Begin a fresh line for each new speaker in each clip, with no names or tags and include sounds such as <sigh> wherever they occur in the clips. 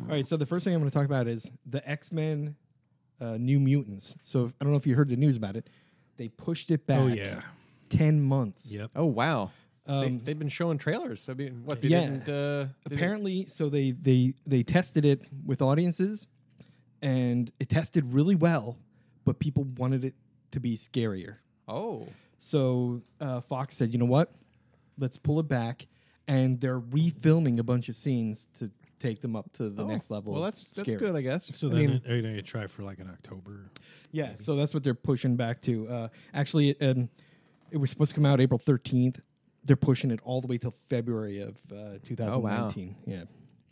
All right, so the first thing I'm going to talk about is the X Men uh, New Mutants. So if- I don't know if you heard the news about it. They pushed it back
Oh, yeah.
10 months.
Yep.
Oh wow.
Um,
they, have been showing trailers. I mean, what? They
Yeah.
didn't, uh, they didn't-
apparently so they they they tested it with audiences and it tested really well but people wanted it to be scarier
oh,
so uh, fox said you know what let's pull it back and they're refilming a bunch of scenes to take them up to the
Oh,
next level
Well,
of
that's that's
scary.
good, I guess.
So
I
then
mean,
it- are you going to try for like an October?
yeah so that's what they're pushing back to uh, actually it, um, it was supposed to come out april 13th they're pushing it all the way till february of uh, 2019 yeah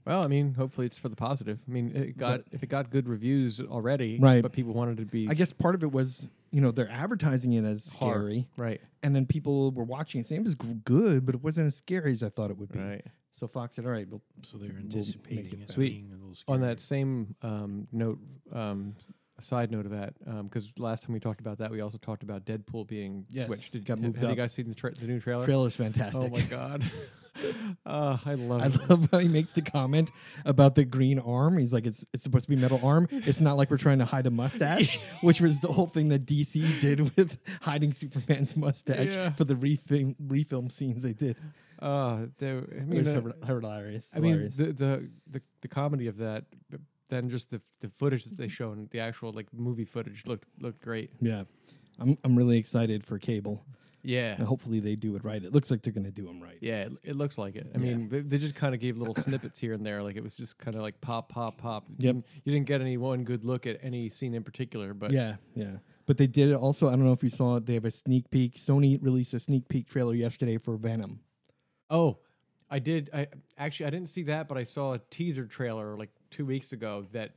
well, I mean, hopefully it's for the positive. I mean, it got if it got good reviews already,
Right.
But people wanted to be,
I guess part of it was, you know, they're advertising it as
Horror.
scary,
right,
and then people were watching it saying it was g- good, but it wasn't as scary as I thought it would be.
right.
So Fox said, "All right, well,
So they're
make it
anticipating it.
Sweet.
being a little
On
scary.
that same um, note, um, a side note of that, because last time we talked about that, we also talked about Deadpool being
Yes,
switched.
got
have,
moved
have you
up.
guys seen the, tra- the new trailer?
trailer's
Oh
fantastic."
my <laughs> god, uh, I love
I <laughs>
it.
love how he makes the comment about the green arm. He's like, "It's it's supposed to be metal arm. It's not like we're trying to hide a
<laughs>
mustache," which was the whole thing that DC did with hiding Superman's mustache
Yeah.
for the refilm refilm scenes they did.
Uh, there, I
It
mean,
was
uh,
hilarious. hilarious.
I mean, the, the the the comedy of that, but then just the the footage that they
Mm-hmm.
shown, the actual like movie footage looked looked great.
yeah, I'm I'm really excited for Cable.
Yeah,
And hopefully they do it right. It looks like they're going to do them right.
Oh. yeah, it, it looks like it. I
Yeah.
mean, they, they just kind of gave little snippets here and there, like it was just kind of like pop, pop, pop. You
Yep.
didn't- you didn't get any one good look at any scene in particular, but
Yeah, yeah. But they did it also. I don't know if you saw it. They have a sneak peek. Sony released a sneak peek trailer yesterday for Venom.
oh, I did. I actually I didn't see that, but I saw a teaser trailer like two weeks ago that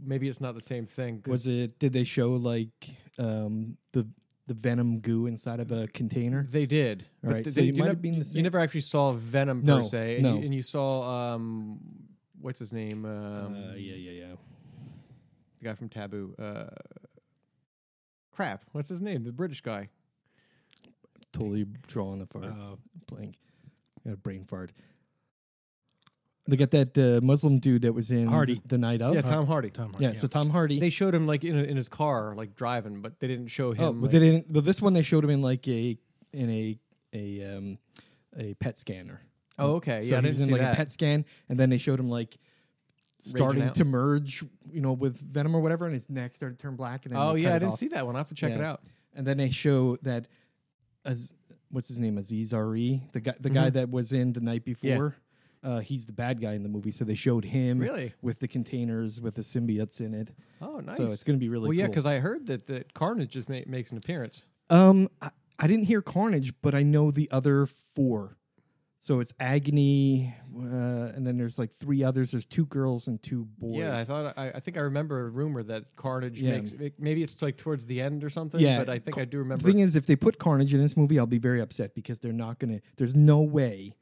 maybe it's not the same thing. 'cause-
Was it? Did they show like um, the the Venom goo inside of a container?
They did. but
right,
th-
so
they-
it might
nev-
have been the
you- You
same-
never actually saw Venom
No,
per se, and,
no.
you, and you saw um, what's his name? Um,
Uh, yeah, yeah.
The guy from Taboo. Uh, crap, what's his name? The British guy.
Totally drawing a fart
Uh,
blank. Got a brain fart. Look at that uh, Muslim dude that was in
Hardy.
the, night of.
yeah, Tom Hardy.
Tom Hardy,
yeah, so Tom Hardy.
They showed him like in, in his car, like driving, but they didn't show him.
oh, but
like-
they didn't. But this one they showed him in like a in a a um, a PET scanner.
oh,
So
okay. yeah, I
he
didn't
was in
see
like
that.
a PET scan, and then they showed him like starting
out.
to merge, you know, with Venom or whatever, and his neck started to turn black. And then
oh
they
yeah,
cut
I
it
didn't
off.
see that one. I will have to check it
Yeah.
out.
And then they show that as what's his name, Aziz Ari, the guy, the
Mm-hmm.
guy that was in the night before. Uh, he's the bad guy in the movie, so they showed him
Really?
with the containers with the symbiotes in it.
Oh, nice.
So it's going to be really
well,
cool.
yeah, because I heard that, that Carnage just ma- makes an appearance.
Um, I, I didn't hear Carnage, but I know the other four. So it's Agony, uh, and then there's like three others. There's two girls and two boys.
Yeah, I thought I, I think I remember a rumor that Carnage
Yeah.
makes it- maybe it's like towards the end or something.
Yeah,
but I think I
the
do remember.
thing is, if they put Carnage in this movie, I'll be very upset because they're not gonna. There's no way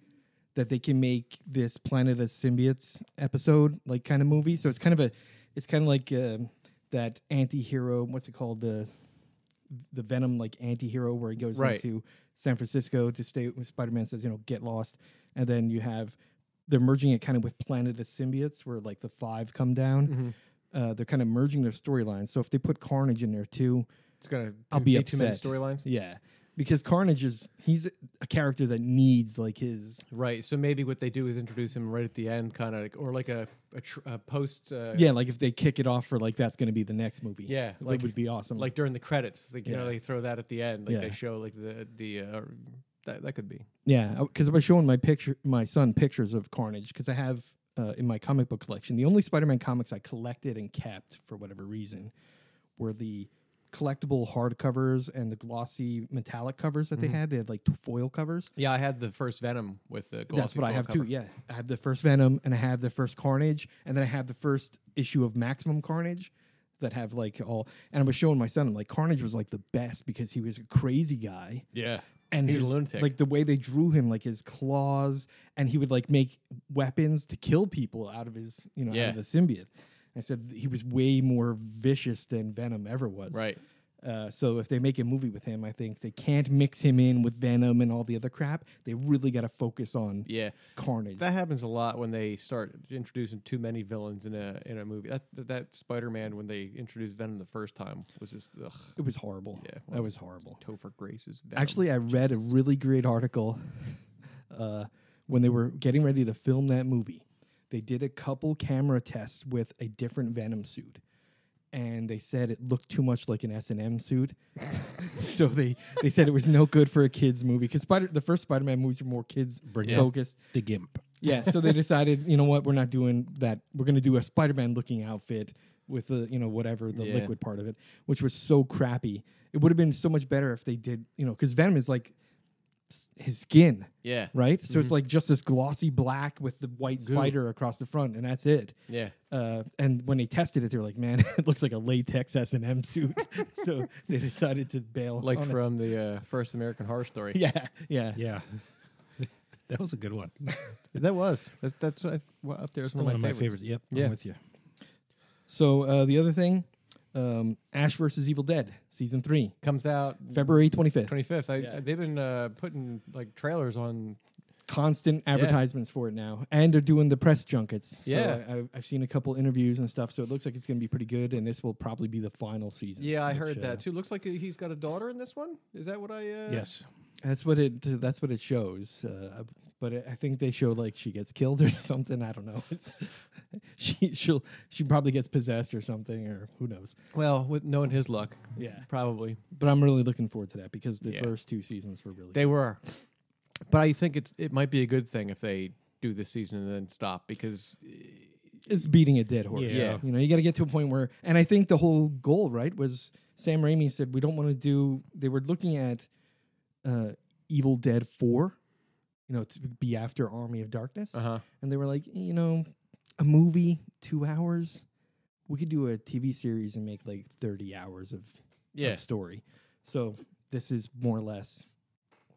that they can make this Planet of Symbiotes episode like kind of movie. So it's kind of a, it's kind of like um, that anti-hero, What's it called? The the Venom like anti-hero where he goes
Right.
into San Francisco to stay. with Spider-Man says, you know, get lost, and then you have they're merging it kind of with Planet of Symbiotes, where like the five come down.
Mm-hmm.
Uh, they're kind of merging their storylines. So if they put Carnage in there too,
it's gonna
I'll
it'd
be
too many
upset.
storylines.
yeah, because Carnage is he's a character that needs like his
Right. So maybe what they do is introduce him right at the end, kind of, like, or like a a, tr- a post. Uh,
yeah. Like if they kick it off for like that's going to be the next movie.
Yeah,
it
like-
would be awesome.
Like during the credits, like you know
Yeah.
they throw that at the end, like
Yeah.
they show like the the uh, that that could be.
yeah, because I was showing my picture, my son pictures of Carnage because I have uh, in my comic book collection the only Spider-Man comics I collected and kept for whatever reason were the collectible hardcovers and the glossy metallic covers that they
Mm-hmm.
had. They had like t- foil covers.
Yeah, I had the first Venom with the.
That's
glossy
what I
foil
have
cover.
too. Yeah, I have the first Venom, and I have the first Carnage, and then I have the first issue of Maximum Carnage that have like all. And I was showing my son, I'm like Carnage was like the best because he was a crazy guy,
Yeah.
and
He was a
his-
lunatic.
Like the way they drew him, like his claws, and he would like make weapons to kill people out of his, you know, out
Yeah.
of the symbiote. I said he was way more vicious than Venom ever was.
Right.
Uh, so if they make a movie with him, I think they can't mix him in with Venom and all the other crap. They really got to focus on
Yeah,
Carnage.
that happens a lot when they start introducing too many villains in a in a movie. That that, that Spider Man when they introduced Venom the first time was just ugh,
it was horrible.
Yeah,
that
well,
was
it's-
horrible.
Topher Grace's Venom.
Actually, I read a really great article <laughs> uh, when they were getting ready to film that movie. They did a couple camera tests with a different Venom suit, and they said it looked too much like an S and M suit. <laughs> so they they said it was no good for a kids movie because Spider the first Spider Man movies were more kids
Bring it.
focused.
The Gimp.
Yeah, so they decided, you know what, we're not doing that. We're going to do a Spider-Man looking outfit with the, you know, whatever the
Yeah.
liquid part of it, which was so crappy. It would have been so much better if they did, you know, because Venom is like s- his skin,
yeah,
right? So
Mm-hmm.
it's like just this glossy black with the white spider across the front, and that's it.
yeah.
Uh, and when they tested it, they were like, "Man, <laughs> it looks like a latex S and M suit." <laughs> so they decided to bail.
Like
on it.
from the uh, first American Horror Story.
<laughs> yeah, yeah,
<laughs> Yeah. that was a good one.
that was that's that's what I, well, up there is
One,
one
of my favorites. Yep.
Yeah.
I'm with you.
So uh, the other thing, um, Ash versus Evil Dead season three,
Comes out
February twenty fifth.
twenty fifth.
Yeah.
They've been uh, putting like trailers on.
Constant advertisements for it now, and they're doing the press junkets.
Yeah.
so I, I've, I've seen a couple interviews and stuff. So it looks like it's going to be pretty good, and this will probably be the final season.
Yeah, I
which,
heard
uh,
that too. Looks like he's got a daughter in this one. Is that what I? Uh,
Yes.
That's what it. That's what it shows. Uh, but I- I think they show like she gets killed or <laughs> something. I don't know. It's, <laughs> she she'll she probably gets possessed or something or who knows.
Well, with knowing his luck,
Yeah.
probably
But I'm really looking forward to that because the
Yeah.
first two seasons were really.
they were. But I think it's it might be a good thing if they do this season and then stop because
it's beating a dead horse.
Yeah.
You know, you got to get to a point where, and I think the whole goal, right, was Sam Raimi said, we don't want to do, they were looking at uh, Evil Dead 4, you know, to be after Army of Darkness.
uh-huh.
And they were like, you know, a movie, two hours. We could do a TV series and make like 30 hours of,
yeah,
of story. So this is more or less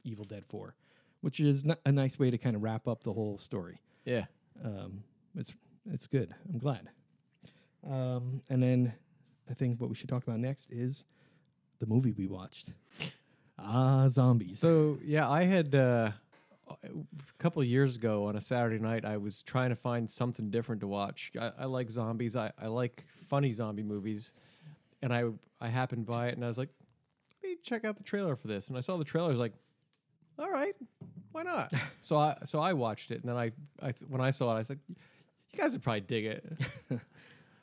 Evil Dead 4, which is n- a nice way to kind of wrap up the whole story
yeah.
um, it's it's good. I'm glad. Um, and then I think what we should talk about next is the movie we watched. Ah, zombies.
So yeah, I had uh, a couple of years ago on a Saturday night. I was trying to find something different to watch. I, I like zombies. I, I like funny zombie movies, and I I happened by it and I was like, let me check out the trailer for this. And I saw the trailer. I was like, all right, why <laughs> not? so I so I watched it, and then I, I when I saw it, I was like, you guys would probably dig it.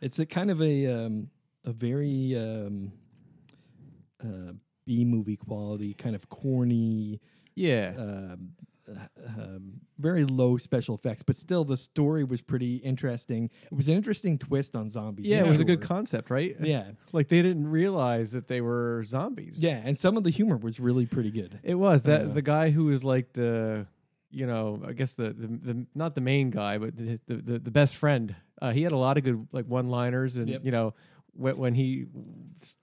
it's a kind of a um, a very um, uh, B movie quality, kind of corny,
<laughs> Yeah,
um, uh, um, very low special effects, but still the story was pretty interesting. It was an interesting twist on zombies.
yeah, it
for
was a good
sure.
concept, right?
yeah,
Like they didn't realize that they were zombies.
yeah, and some of the humor was really pretty good.
It was that
Uh,
the guy who was like the, you know, I guess the the, the not the main guy, but the the, the, the best friend. Uh, he had a lot of good like one liners, and
Yep.
you know, when, when he s-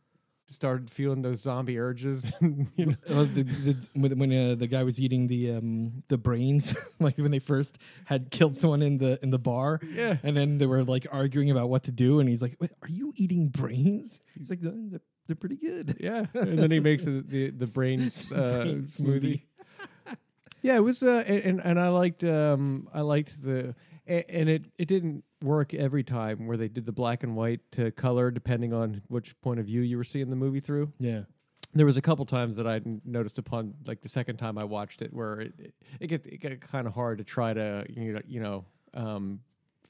started feeling those zombie urges, <laughs> and, you know,
Uh, the, the, when when uh, the guy was eating the um, the brains, <laughs> like when they first had killed someone in the in the bar,
Yeah.
and then they were like arguing about what to do, and he's like, Wait, "Are you eating brains?" He's like, "No, "They're, they're pretty good."
<laughs> yeah, and then he makes the the, the brains uh,
Brain
smoothie. Yeah, it was, uh, a- and and I liked, um, I liked the, a- and it it didn't work every time where they did the black and white to color depending on which point of view you were seeing the movie through.
Yeah,
there was a couple times that I noticed upon like the second time I watched it where it it, it get it get kind of hard to try to you know you know um,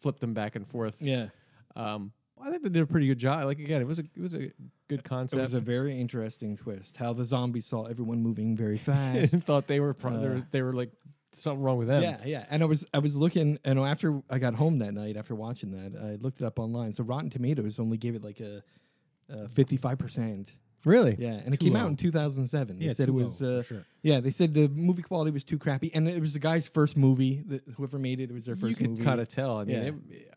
flip them back and forth.
yeah.
Um, I think they did a pretty good job. Like again, it was a it was a good
It was
concept.
a very interesting twist. How the zombies saw everyone moving
<laughs>
very
I
fast.
<laughs> thought they were, pro- they
Uh,
were they were like something wrong with them.
Yeah, yeah. And I was I was looking, and after I got home that night after watching that, I looked it up online. So Rotten Tomatoes only gave it like a fifty five percent.
really.
Yeah, and it
Too
came
low.
out in 2007. They
Yeah,
said it
too
was
low, for
uh,
sure.
yeah. They said the movie quality was too crappy, and it was the guy's first movie. That whoever made it, it was their
you
first
could
movie.
kind of tell. I mean,
Yeah.
it,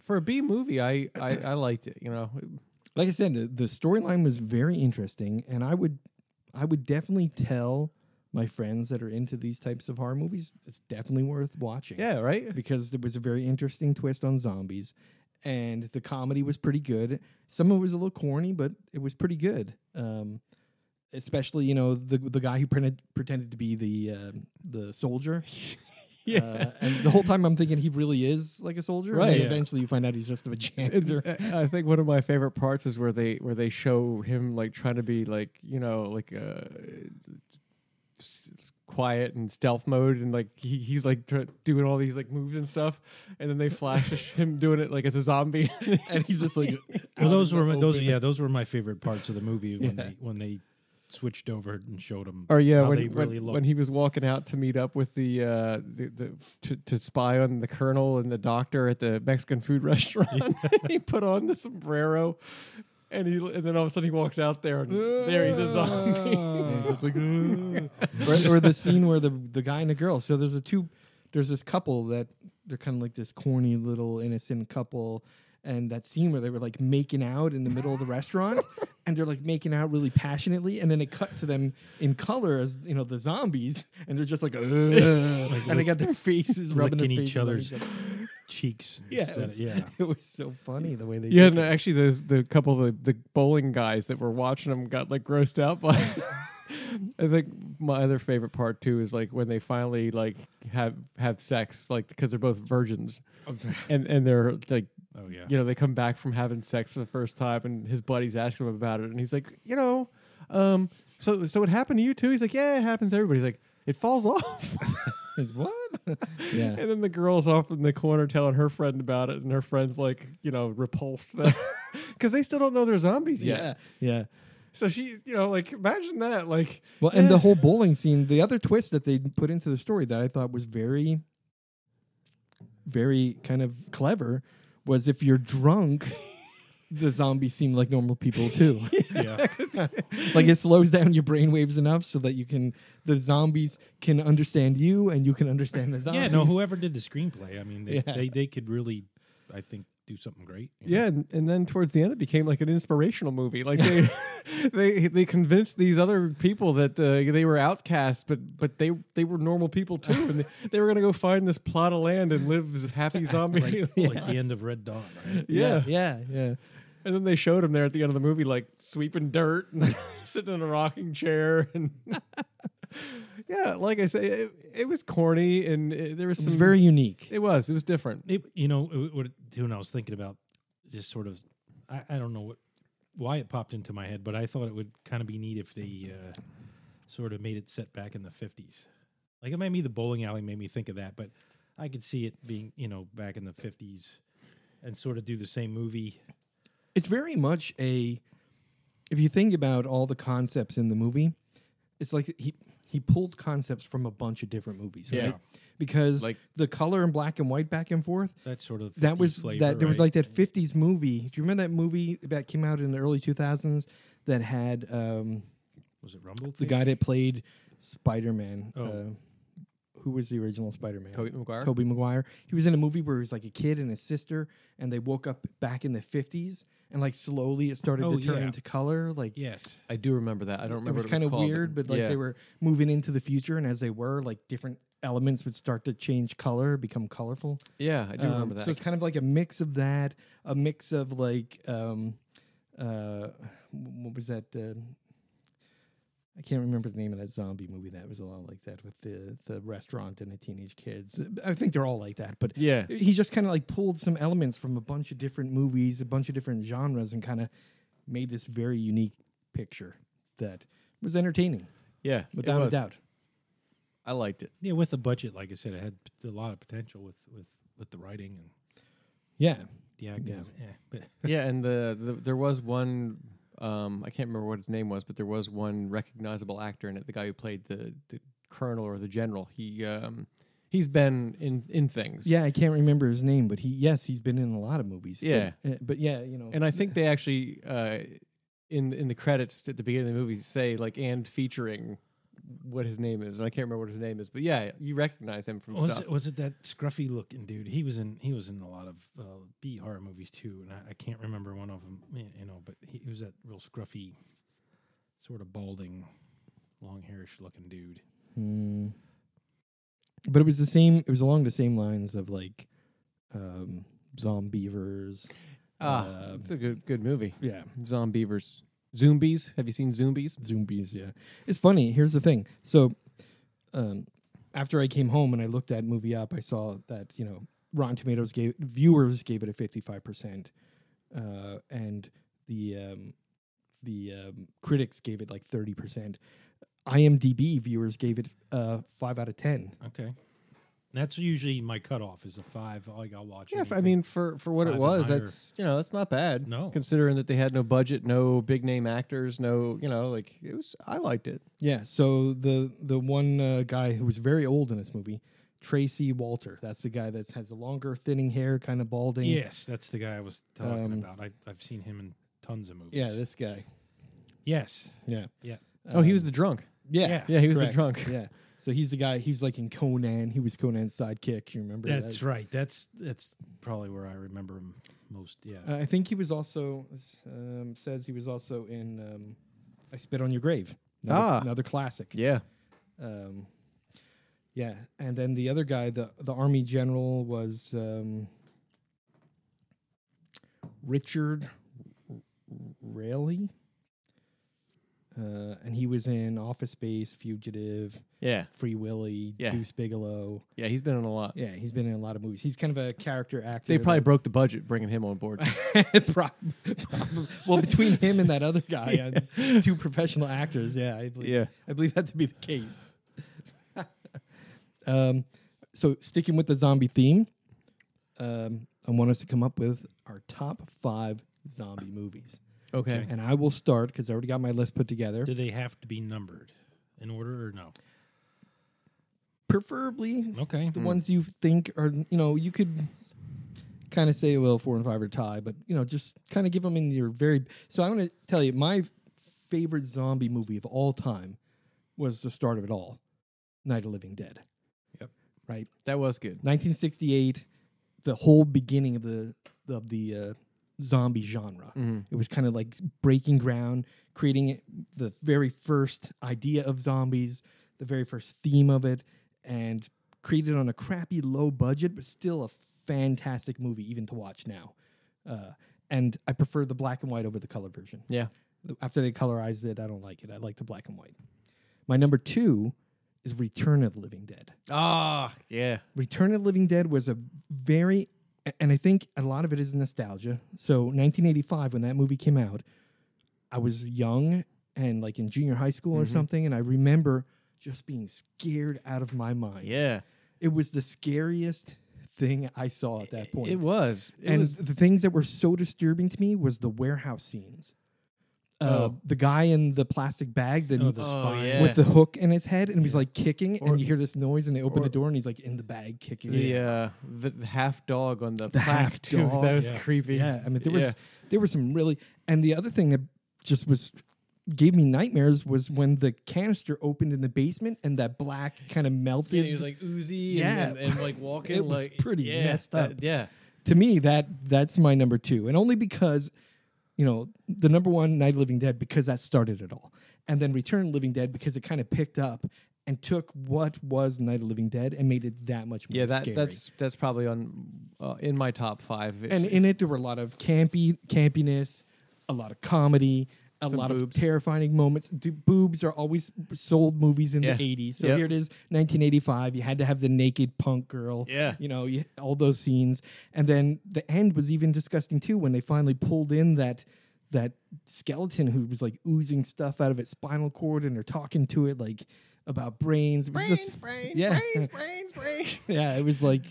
for a B movie, I, I I liked it. You know,
Like I said, the, the storyline was very interesting, and I would I would definitely tell my friends that are into these types of horror movies it's definitely worth watching.
yeah, right.
because there was a very interesting twist on zombies. and the comedy was pretty good. Some of it was a little corny, but it was pretty good. Um, especially you know the the guy who printed, pretended to be the um the
<laughs>
soldier.
Yeah.
Uh, and the whole time I'm thinking he really is like a soldier. And
Right.
then
Yeah.
Eventually you find out he's just
<laughs>
a janitor.
<laughs>
<laughs>
And uh, I I think one of my favorite parts is where they where they show him like trying to be like you know like uh, s- quiet and stealth mode and like he, he's like tr- doing all these like moves and stuff and then they flash <laughs> us him doing it like as a zombie
and he's just like, out
Well,
in
those
the
were my, those
open.
yeah those were my favorite parts of the movie when
Yeah.
they when they switched over and showed them.
or yeah
how
when,
they really
when,
looked.
when he was walking out to meet up with the uh the, the to, to spy on the colonel and the doctor at the mexican food <laughs> restaurant he put on the sombrero and he and then all of a sudden he walks out there and there
Uh.
he's
<laughs>
a zombie <laughs>
And he's just like, "Ugh." or, or the scene where the the guy and the girl. So there's a two, there's this couple that they're kind of like this corny little innocent couple, and that scene where they were like making out in the middle of the restaurant, and they're like making out really passionately, and then it cut to them in color as you know the zombies, and they're just like, "Ugh," and they got their faces rubbing their
licking each
faces on
other's
other.
cheeks.
Yeah, it
instead of-
was,
yeah.
<laughs> it was so funny the way they
yeah
did
and actually those the couple of the, the bowling guys that were watching him got like grossed out by <laughs> I think my other favorite part too is like when they finally like have have sex like because they're both virgins and and they're like
Oh yeah.
you know, they come back from having sex for the first time, and his buddies ask him about it, and he's like, you know, um, so so it happened to you too. He's like, yeah, it happens to everybody. He's like, it falls <laughs> off,
It's what? <laughs> yeah,
<laughs> and then the girl's off in the corner telling her friend about it, and her friend's like, you know, repulsed them <laughs> because they still don't know they're zombies yet.
yeah, yeah.
So she, you know, like imagine that, like, eh.
Well, and the
Yeah.
whole bowling scene, the other twist that they put into the story that I thought was very, very kind of clever was if you're drunk, <laughs> the zombies seem like normal people too.
yeah.
<laughs> like it slows down your brainwaves enough so that you can, the zombies can understand you and you can understand the zombies.
Yeah, no, whoever did the screenplay, I mean, they,
Yeah.
they, they could really, I think, do something great. you know?
Yeah, and, and then towards the end, it became like an inspirational movie. Like they, <laughs> they, they convinced these other people that uh, they were outcasts, but but they they were normal people too, and they, they were gonna go find this plot of land and live as <laughs> happy zombie.
Like,
yeah.
like the end of Red Dawn, right?
yeah, yeah.
and then they showed him there at the end of the movie, like sweeping dirt and <laughs> sitting in a rocking chair, and <laughs> yeah, like I say, it, it was corny, and it, there was
It
some
was very unique.
It was. It was different.
It, you know, it, what, too, and I was thinking about just sort of, I, I don't know what why it popped into my head, but I thought it would kind of be neat if they uh, sort of made it set back in the 50s. Like, it made me, the bowling alley made me think of that, but I could see it being, you know, back in the 50s and sort of do the same movie.
it's very much a if you think about all the concepts in the movie it's like he he pulled concepts from a bunch of different movies right
Yeah.
because
Like-
the color in black and white back and forth
That sort of
that
50s
was
flavor,
that there was
right?
like that 50s movie do you remember that movie that came out in the early 2000s that had um
was it Rumble?
the guy that played spider-man
Oh.
uh, who was the original spider-man
Tobey Maguire?
Toby Maguire. He was in a movie where he was like a kid and his sister, and they woke up back in the fifties, and like slowly it started
Oh,
to turn
yeah.
into color. Like
Yes.
I do remember that. I don't remember.
it was
what
kind of
called,
weird, but like
yeah.
they were moving into the future, and as they were, like different elements would start to change color, become colorful.
Yeah, I do
Um,
remember that.
So it's kind of like a mix of that, a mix of like, um, uh, what was that? Uh, I can't remember the name of that zombie movie that was a lot like that with the the restaurant and the teenage kids. I think they're all like that, but
yeah.
he just kind of like pulled some elements from a bunch of different movies, a bunch of different genres, and kind of made this very unique picture that was entertaining
Yeah, it
without a
was.
doubt.
I
<laughs>
liked it.
Yeah, with the budget, like I said, it had p- a lot of potential with with with the writing and
Yeah,
the acting.
Yeah.
was- Yeah, but
yeah, and the, the there was one. Um, I can't remember what his name was, but there was one recognizable actor in it. The guy who played the, the colonel or the general. He um, he's been in in things.
yeah. I can't remember his name, but he yes, he's been in a lot of movies. but-
Yeah.
uh, but yeah, you know,
and I think they actually uh, in in the credits at the beginning of the movie say like and featuring what his name is, and I can't remember what his name is, but yeah, you recognize him from
was
stuff.
it, was it that scruffy looking dude? He was in he was in a lot of uh, B horror movies too, and I, I can't remember one of them. You know, but he, he was that real scruffy, sort of balding, long hairish looking dude.
Hmm. But it was the same. It was along the same lines of like um, Zombievers.
Ah,
Um,
it's a good good movie.
Yeah,
Zombievers. Zombies. Have you seen Zombies?
Zombies. Yeah, it's funny. Here's the thing. So, um, after I came home and I looked that movie up, I saw that you know Rotten Tomatoes gave viewers gave it a 55 percent, uh, and the um, the um, critics gave it like 30 percent. IMDb viewers gave it uh, five out of ten.
Okay. That's usually my cutoff is a five. Like I'll watch.
Yeah, f- I
anything.
mean for for what
Five
it
and
was,
higher.
that's you know that's not bad.
No.
considering that they had no budget, no big name actors, no you know like it was. I liked it.
Yeah. So the the one uh, guy who was very old in this movie, Tracy Walter. That's the guy that has the longer, thinning hair, kind of balding.
yes, that's the guy I was talking
Um,
about. I, I've seen him in tons of movies.
Yeah, this guy.
yes.
Yeah.
Yeah.
oh, he was
Um,
the drunk.
yeah.
yeah,
Yeah, he was
correct.
the drunk.
Yeah. <laughs> So he's the guy. He was like in Conan. He was Conan's sidekick. You remember that?
That's right. That's that's probably where I remember him most. Yeah.
Uh, I think he was also um, says he was also in um, I Spit on Your Grave. Another,
Ah.
another classic.
Yeah,
Um, yeah, and then the other guy, the the army general, was um, Richard Raley, uh, and he was in Office Space, Fugitive,
yeah,
Free Willy,
Yeah.
Deuce Bigelow.
yeah. He's been in a lot.
Yeah, he's been in a lot of movies. He's kind of a character actor.
They probably
that-
broke the budget bringing him on board.
Prob- <laughs> probably. well between him and that other <laughs> guy, uh, two professional actors. Yeah, I believe. I believe that to be the case. <laughs> um, so sticking with the zombie theme, um, I want us to come up with our top five zombie movies,
Okay.
and I will start because I already got my list put together.
Do they have to be numbered in order or no?
Preferably
Okay.
the ones you think are, you know, you could kind of say, well, four and five are tie, but you know, just kind of give them in your very. So I'm going to tell you my favorite zombie movie of all time was the start of it all, Night of the Living Dead.
Yep.
Right.
That was good.
1968, the whole beginning of the of the uh, zombie genre. It was kind of like breaking ground, creating it- the very first idea of zombies, the very first theme of it, and created on a crappy low budget, but still a fantastic movie even to watch now. Uh, and I prefer the black and white over the color version
Yeah.
after they colorized it, I don't like it. I like the black and white. My number two is Return of the Living Dead.
Ah, yeah.
Return of the Living Dead was a very, and I think a lot of it is nostalgia. So 1985, when that movie came out, I was young and like in junior high school
Mm-hmm.
or something, and I remember just being scared out of my mind.
Yeah.
It was the scariest thing I saw at that point
It was. It
and
was
the things that were so disturbing to me was the warehouse scenes. Uh,
Oh.
The guy in the plastic bag that
Oh, the
Oh,
spine.
yeah.
with the hook in his head, and he's like kicking, and you hear this noise, and they open the
or-
door, and he's like in the bag kicking.
the uh, the, the half dog on the,
The
plaque,
half
too.
dog,
That was
yeah.
creepy.
yeah, I mean there was
Yeah.
there were some really, and the other thing that just was gave me nightmares was when the canister opened in the basement and that black kind of melted.
And he was like oozy and-
Yeah.
and, and, like walking.
It was
like,
pretty
yeah,
messed
that-
up.
yeah.
to me that that's my number two and only because you know the number one night of living dead because that started it all and then return of the living dead because it kind of picked up and took what was night of the living dead and made it that much more
Yeah, that
scary.
that's that's probably on uh, in my top five. If-
and in it there were a lot of campy campiness a lot of comedy a
Some
lot of
boobs.
terrifying moments. Do, boobs are always sold movies in
Yeah.
the 80s. So
Yep.
here it is, 1985. You had to have the naked punk girl.
Yeah.
You know, you, all those scenes. And then the end was even disgusting too when they finally pulled in that that skeleton who was like oozing stuff out of its spinal cord and they're talking to it like about brains. It was
brains,
just,
brains,
yeah. <laughs>
brains, brains, brains.
yeah, it was
<laughs>
like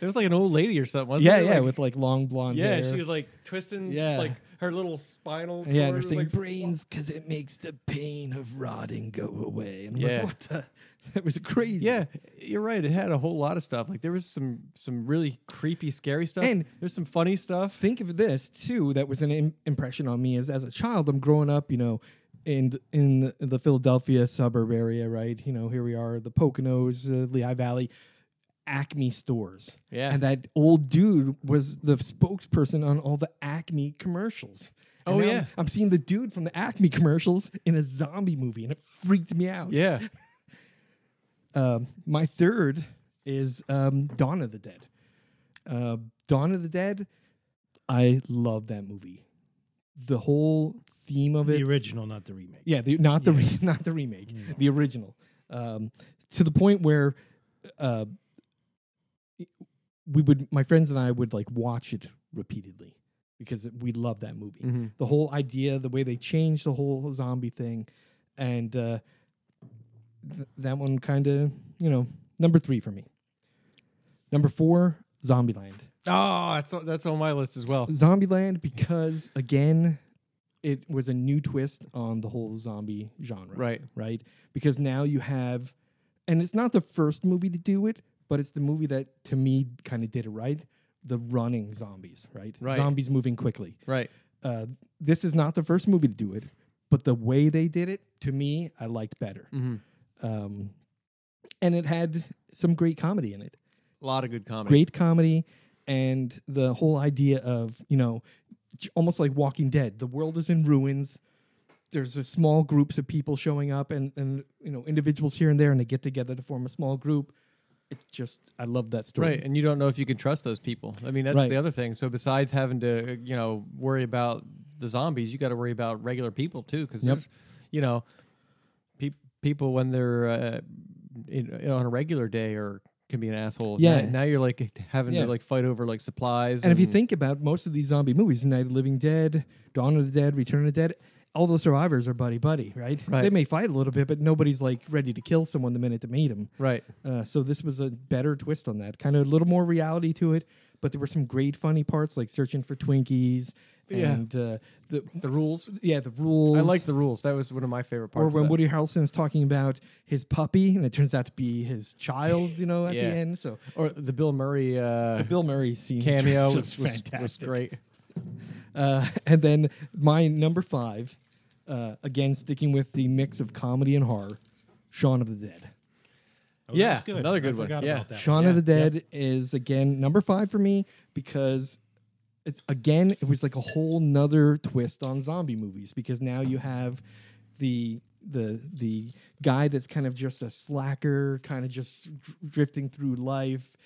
There was like an old lady or something, wasn't
yeah,
there?
yeah,
Like-
with like long blonde
yeah,
hair.
she was like twisting,
Yeah.
like her little spinal.
Yeah,
cord
they're
was,
saying
like,
brains because it makes the pain of rotting go away. And I'm
Yeah.
like, what the? <laughs> That was crazy.
Yeah, you're right. It had a whole lot of stuff. Like there was some some really creepy, scary stuff.
And-
there's some funny stuff.
Think of this too. That was an Im- impression on me as as a child. I'm growing up, you know, in th- in the, in the Philadelphia suburb area, right? You know, here we are, the Poconos, uh, Lehigh Valley, Acme stores.
Yeah.
and that old dude was the spokesperson on all the Acme commercials. And
Oh,
now I'm-
yeah.
I'm seeing the dude from the Acme commercials in a zombie movie, and it freaked me out.
<laughs> yeah,
Um, my third is um, Dawn of the Dead. uh, Dawn of the Dead. I love that movie. The whole theme of it.
the original, not the remake.
Yeah, the, not the re- <laughs> not the remake, the original. Um, to the point where uh, we would, my friends and I would like watch it repeatedly because we love that movie.
Mhm.
The whole idea, the way they changed the whole zombie thing, and uh, th- that one kind of, you know, number three for me. Number four, Zombieland.
Oh, that's on- that's on my list as well.
Zombieland because again, it was a new twist on the whole zombie genre.
Right.
Right. Because now you have, and it's not the first movie to do it, but it's the movie that to me kind of did it right. The running zombies, right?
Right.
Zombies moving quickly.
Right.
Uh, this is not the first movie to do it, but the way they did it, to me, I liked better.
Mm-hmm.
Um, and it had some great comedy in it
A lot of good comedy.
great comedy and the whole idea of you know j- almost like walking dead the world is in ruins there's a small groups of people showing up and and you know individuals here and there and they get together to form a small group it just i love that story
Right, and you don't know if you can trust those people. I mean, that's
Right.
the other thing. So besides having to, uh, you know, worry about the zombies, you got to worry about regular people too, because
Yep.
there's, you know, peop people when they're uh, in, on a regular day or can be an asshole.
Yeah.
Now, now you're like having
Yeah.
to like fight over like supplies.
and if you think about most of these zombie movies night of the living dead dawn of the dead return of the dead all those survivors are buddy buddy right,
Right.
they may fight a little bit but nobody's like ready to kill someone the minute they meet them
right,
Uh, so this was a better twist on that, kind of a little more reality to it. But there were some great funny parts, like searching for Twinkies
Yeah.
and uh, the
the rules.
yeah the rules.
I like the rules. That was one of my favorite
or
parts.
when
of that.
Woody Harrelson is talking about his puppy, and it turns out to be his child. You know, at
Yeah.
the end.
<laughs>
So
or the Bill Murray uh,
the Bill Murray scene
cameo
was,
was, was,
fantastic.
was great.
Uh, <laughs> and then my number five, uh, again sticking with the mix of comedy and horror, Shaun of the Dead.
Oh, that's
Yeah, another good
I
one.
forgot
Yeah.
about that. one.
Shaun
Yeah.
of the Dead is again number five for me because it's again it was like a whole nother twist on zombie movies because now you have the the the guy that's kind of just a slacker, kind of just dr- drifting through life,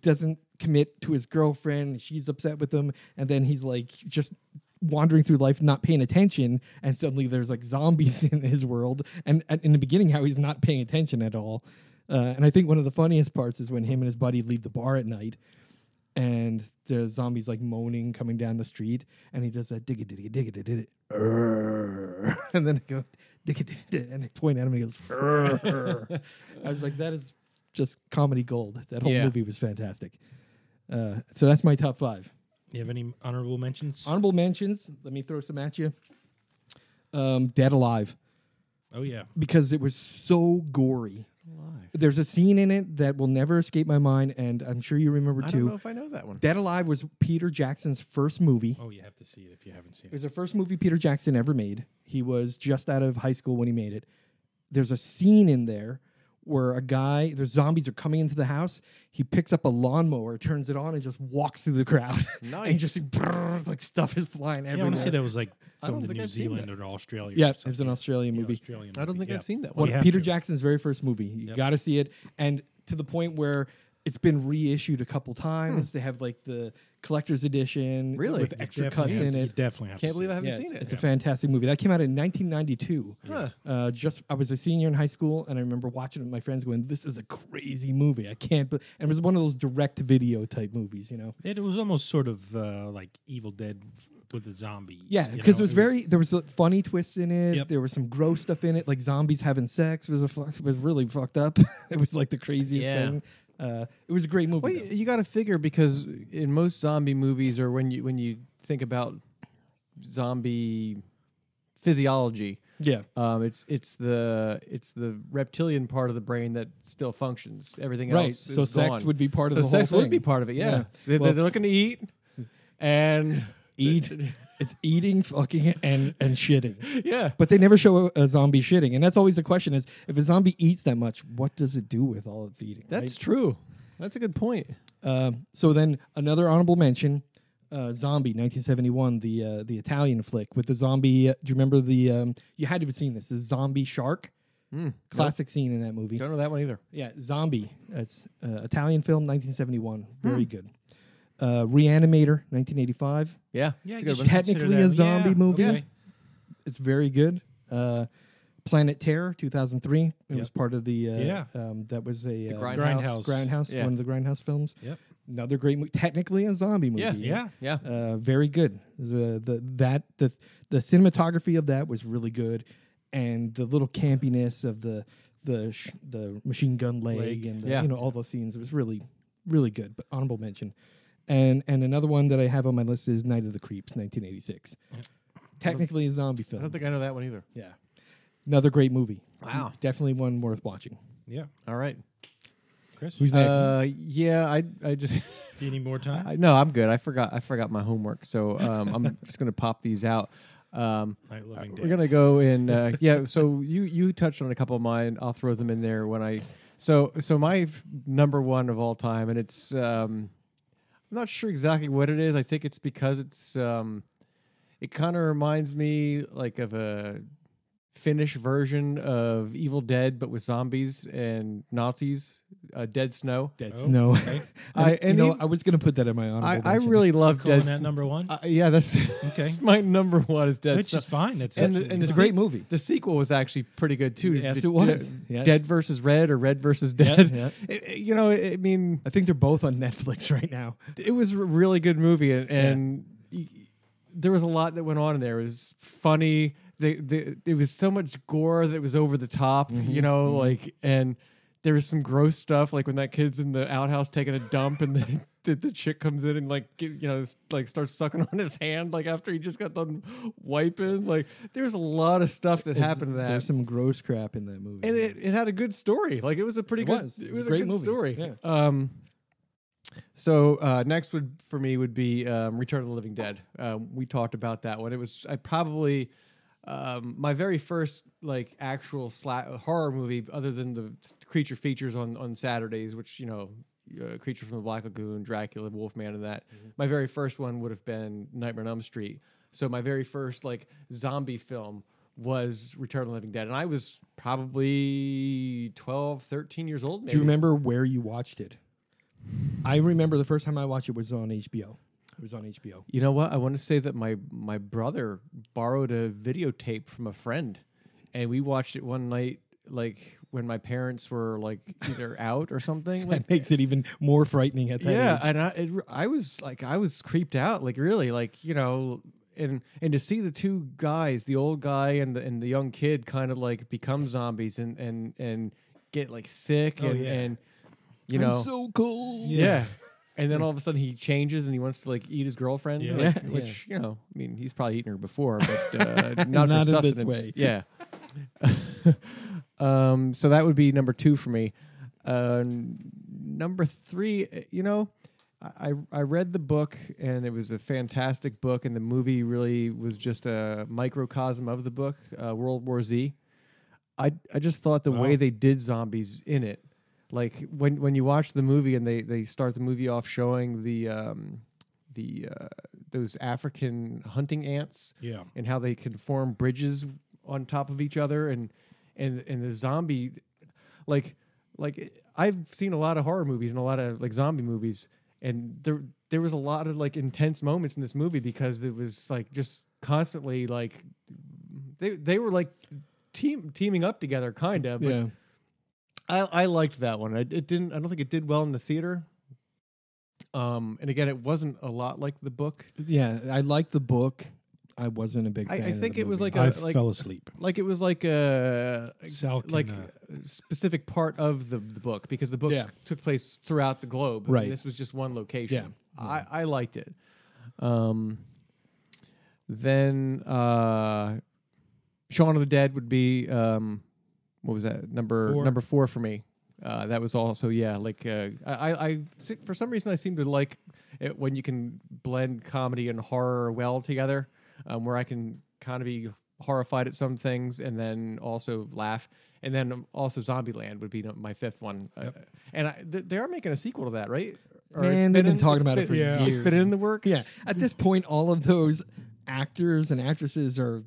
doesn't commit to his girlfriend, she's upset with him, and then he's like just wandering through life not paying attention and suddenly there's like zombies <laughs> in his world and, and in the beginning how he's not paying attention at all uh, and i think one of the funniest parts is when him and his buddy leave the bar at night and the zombies like moaning coming down the street and he does that digga digga digga digga digga <laughs> and then they go digga digga digga and they point at him and he goes
<laughs>
"Err." i was like that is just comedy gold that whole
Yeah.
movie was fantastic uh, so that's my top five
You have any honorable mentions?
Honorable mentions. Let me throw some at you. Um, Dead Alive
oh yeah,
because it was so gory. There's a scene in it that will never escape my mind, and I'm sure you remember
I
too.
don't know if I know that one.
Dead Alive was Peter Jackson's first movie.
Oh, you have to see it if you haven't seen
It
it.
was the first movie Peter Jackson ever made. He was just out of high school when he made it. There's a scene in there where a guy, there's zombies are coming into the house. He picks up a lawnmower, turns it on, and just walks through the crowd. <laughs> and
Nice.
just brrr, like stuff is flying everywhere.
Yeah, I want to say that was like
I don't
filmed in
think
New
I've seen
Zealand or Australia.
Yeah,
or
it was
something.
an Australian
Yeah,
movie.
Australian
I don't
movie,
think
yeah.
I've seen that
Well,
one.
One
you
of
have
Peter
to.
Jackson's very first movie. You
Yep.
got to see it, and to the point where it's been reissued a couple times. They have like the collector's edition,
Really?
with
Hmm. You
extra
definitely
cuts
have
in
to- You
it.
definitely have
Can't
to see
believe I
it.
haven't
Yeah,
seen
it's,
it.
it's a fantastic movie. That came out in 1992.
Huh.
Uh, just I was a senior in high school, and I remember watching it with my friends, going, "This is a crazy movie. I can't." Be-. And it was one of those direct video type movies, you know.
It was almost sort of uh, like Evil Dead with a zombie.
Yeah, because it was very there was uh, funny twists in it.
Yep.
There was some gross stuff in it, like zombies having sex was a fuck, was really fucked up. <laughs> it was like the craziest
Yeah.
thing. Uh, it was a great movie.
Well,
though.
you, you got to figure because in most zombie movies, or when you when you think about zombie physiology,
yeah,
um, it's it's the it's the reptilian part of the brain that still functions. Everything
right.
else,
So
is
sex
gone.
would be part of
so
the
sex
whole
would
thing.
be part of it. Yeah,
Yeah.
They,
Well-
they're looking to eat
<laughs>
and
Eat, it's eating, fucking, and and shitting.
Yeah,
But they never show a, a zombie shitting, and that's always the question: is if a zombie eats that much, what does it do with all it's eating?
that's true. That's a good point.
Um, so then another honorable mention, uh, Zombie, 1971, the uh, the Italian flick with the zombie. Uh, do you remember the? Um, you had to have seen this. The zombie shark,
Hmm.
classic scene in that movie.
Don't know that one either.
Yeah, Zombie. That's uh, Italian film, 1971. Very good. uh, Reanimator, 1985.
Yeah,
Yeah, I
it's a
guess
good
you
one.
consider
Technically
that.
a zombie
Yeah,
movie.
okay.
It's very good. Uh, Planet Terror, 2003. It
Yep.
was part of the uh,
Yeah.
um, that was a uh,
Grindhouse.
Grindhouse, Grindhouse,
Yeah.
one of the Grindhouse films.
Yep.
Another great movie. Technically a zombie movie.
Yeah,
Yeah.
Yeah,
Uh, very good. The, the that the the cinematography of that was really good, and the little campiness of the the sh- the machine gun leg,
Leg.
and the,
Yeah.
you know all those scenes. It was really really good, but honorable mention. And and another one that I have on my list is Night of the Creeps, 1986. Technically a zombie
I
film.
don't think I know that one either.
yeah, another great movie.
Wow.
definitely one worth watching.
Yeah.
All right.
Chris,
Who's next?
Uh, yeah, I I just
do you need more time?
I, no, I'm good. I forgot I forgot my homework, so um, I'm just gonna pop these out. Um,
Night loving
We're gonna go in. Uh, yeah. So you you touched on a couple of mine. I'll throw them in there when I. So so my f- number one of all time, and it's um, I'm not sure exactly what it is. I think it's because it's um, it kind of reminds me like of a Finnish version of Evil Dead, but with zombies and Nazis. Uh, Dead Snow.
Dead
Oh,
Snow.
okay.
<laughs>
I-
I, you
and
know,
he-
I was gonna put that in my honorable.
I, I
mention.
really <laughs> love
Calling
Dead.
that
Sn-
number one,
uh, yeah, that's <laughs>
Okay.
that's my number one. Is Dead
which
Snow.
is fine. That's uh,
<laughs> and the-
actually-
and
It's
the
a
se-
great movie.
The sequel was actually pretty good too.
Yes,
D-
it was.
d-
Yes.
Dead versus Red or Red versus
Yeah,
Dead.
yeah.
<laughs> It- it- you know, I mean,
I think they're both on <laughs> Netflix right now.
it was a really good movie, and, and y- there was a lot that went on in there. It was funny. The, the, there was so much gore that was over the top.
Mm-hmm,
You know, like and there was some gross stuff, like when that kid's in the outhouse taking a dump, and <laughs> the the, the chick comes in and like get, you know s- like starts sucking on his hand, like after he just got done wiping. Like there's a lot of stuff that happened to that.
There's some gross crap in that movie.
and it, it had a good story. Like it was a pretty
It
good.
was.
It
It
was
was
a
a great
good
movie.
story.
Yeah.
Um, so uh, next would for me would be um, Return of the Living Dead. Um, we talked about that one. It was I probably um, my very first like actual sla- horror movie other than the creature features on on Saturdays, which you know. Uh, creature from the Black Lagoon, Dracula, Wolfman, and that.
Mm-hmm.
My very first one would have been Nightmare on Elm Street. So my very first like zombie film was Return of the Living Dead, and I was probably 12, 13 years old. Maybe.
Do you remember where you watched it? I remember the first time I watched it was on HBO. It was on HBO.
You know what? I want to say that my my brother borrowed a videotape from a friend, and we watched it one night, like when my parents were like either
<laughs>
out or something. Like,
<laughs> That makes it even more frightening <laughs> at that
yeah,
age.
and I it, I was like I was creeped out, like really, like you know. And, and to see the two guys, the old guy and the and the young kid, kind of like become zombies and and and get like sick
Oh,
and
yeah.
and you know
I'm so cold.
Yeah. And then all of a sudden he changes and he wants to like eat his girlfriend.
Yeah.
like,
Yeah.
Which, you know, I mean, he's probably eaten her
<laughs>
before, but uh,
Not
not, for
in this
sustenance.
way.
Yeah. <laughs> um, so that would be number two for me. Uh, n- number three, eh, you know, I, I I read the book and it was a fantastic book, and the movie really was just a microcosm of the book, uh, World War Z. I I just thought the way
Wow.
they did zombies in it, like when when you watch the movie and they they start the movie off showing the um the uh, those African hunting ants
yeah.
and how they can form bridges on top of each other and and and the zombie like like I've seen a lot of horror movies and a lot of like zombie movies and there there was a lot of like intense moments in this movie because it was like just constantly like they they were like team teaming up together kind of but
Yeah.
I, I liked that one. I, it didn't. I don't think it did well in the theater. Um, and again, it wasn't a lot like the book.
Yeah. I liked the book. I wasn't a big
I-
fan.
I
of the
think it was
movie.
like
I
a- like-
fell asleep.
Like it was like a
Sal can,
like
uh,
a specific part of the, the book because the book
Yeah.
took place throughout the globe. and
Right.
this was just one location. I, I liked it. Um, then uh, Shaun of the Dead would be um, what was that number
Four.
number four for me. Uh, that was also yeah like uh, I, I I se- for some reason I seem to like it when you can blend comedy and horror well together, um, where I can kind of be horrified at some things and then also laugh, and then um, also Zombieland would be no- my fifth one. Uh, and I, th- they are making a sequel to that, right? Or it's
Man, they've been
in-
talking
it's
about it
been-
for
Yeah.
It's been
years.
in the works.
Yeah. At this point, all of those actors and actresses are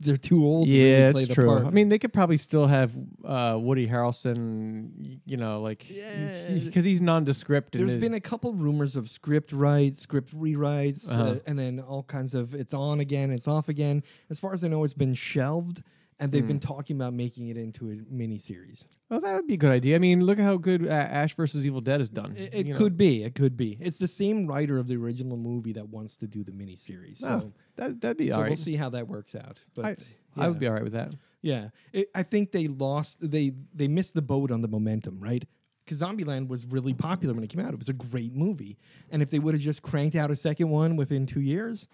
they're too old. to
yeah,
really play
it's
the
true.
Part.
I mean, they could probably still have uh, Woody Harrelson, y- you know, like
Yeah.
because he's nondescript.
There's
and
been a couple rumors of script rights, script rewrites, uh
Uh-huh.
and then all kinds of it's on again, it's off again. As far as I know, it's been shelved, and
Hmm.
they've been talking about making it into a miniseries.
oh, that would be a good idea. I mean, look at how good uh, Ash versus Evil Dead is done.
It, it
Hmm. you know.
could be, it could be. It's the same writer of the original movie that wants to do the miniseries.
Oh,
So,
that that'd be
so
all
we'll
right.
see how that works out. But
I,
yeah.
I would be all right with that.
Yeah, it, I think they lost. They they missed the boat on the momentum, right? Because Zombieland was really popular when it came out. It was a great movie, and if they would have just cranked out a second one within two years,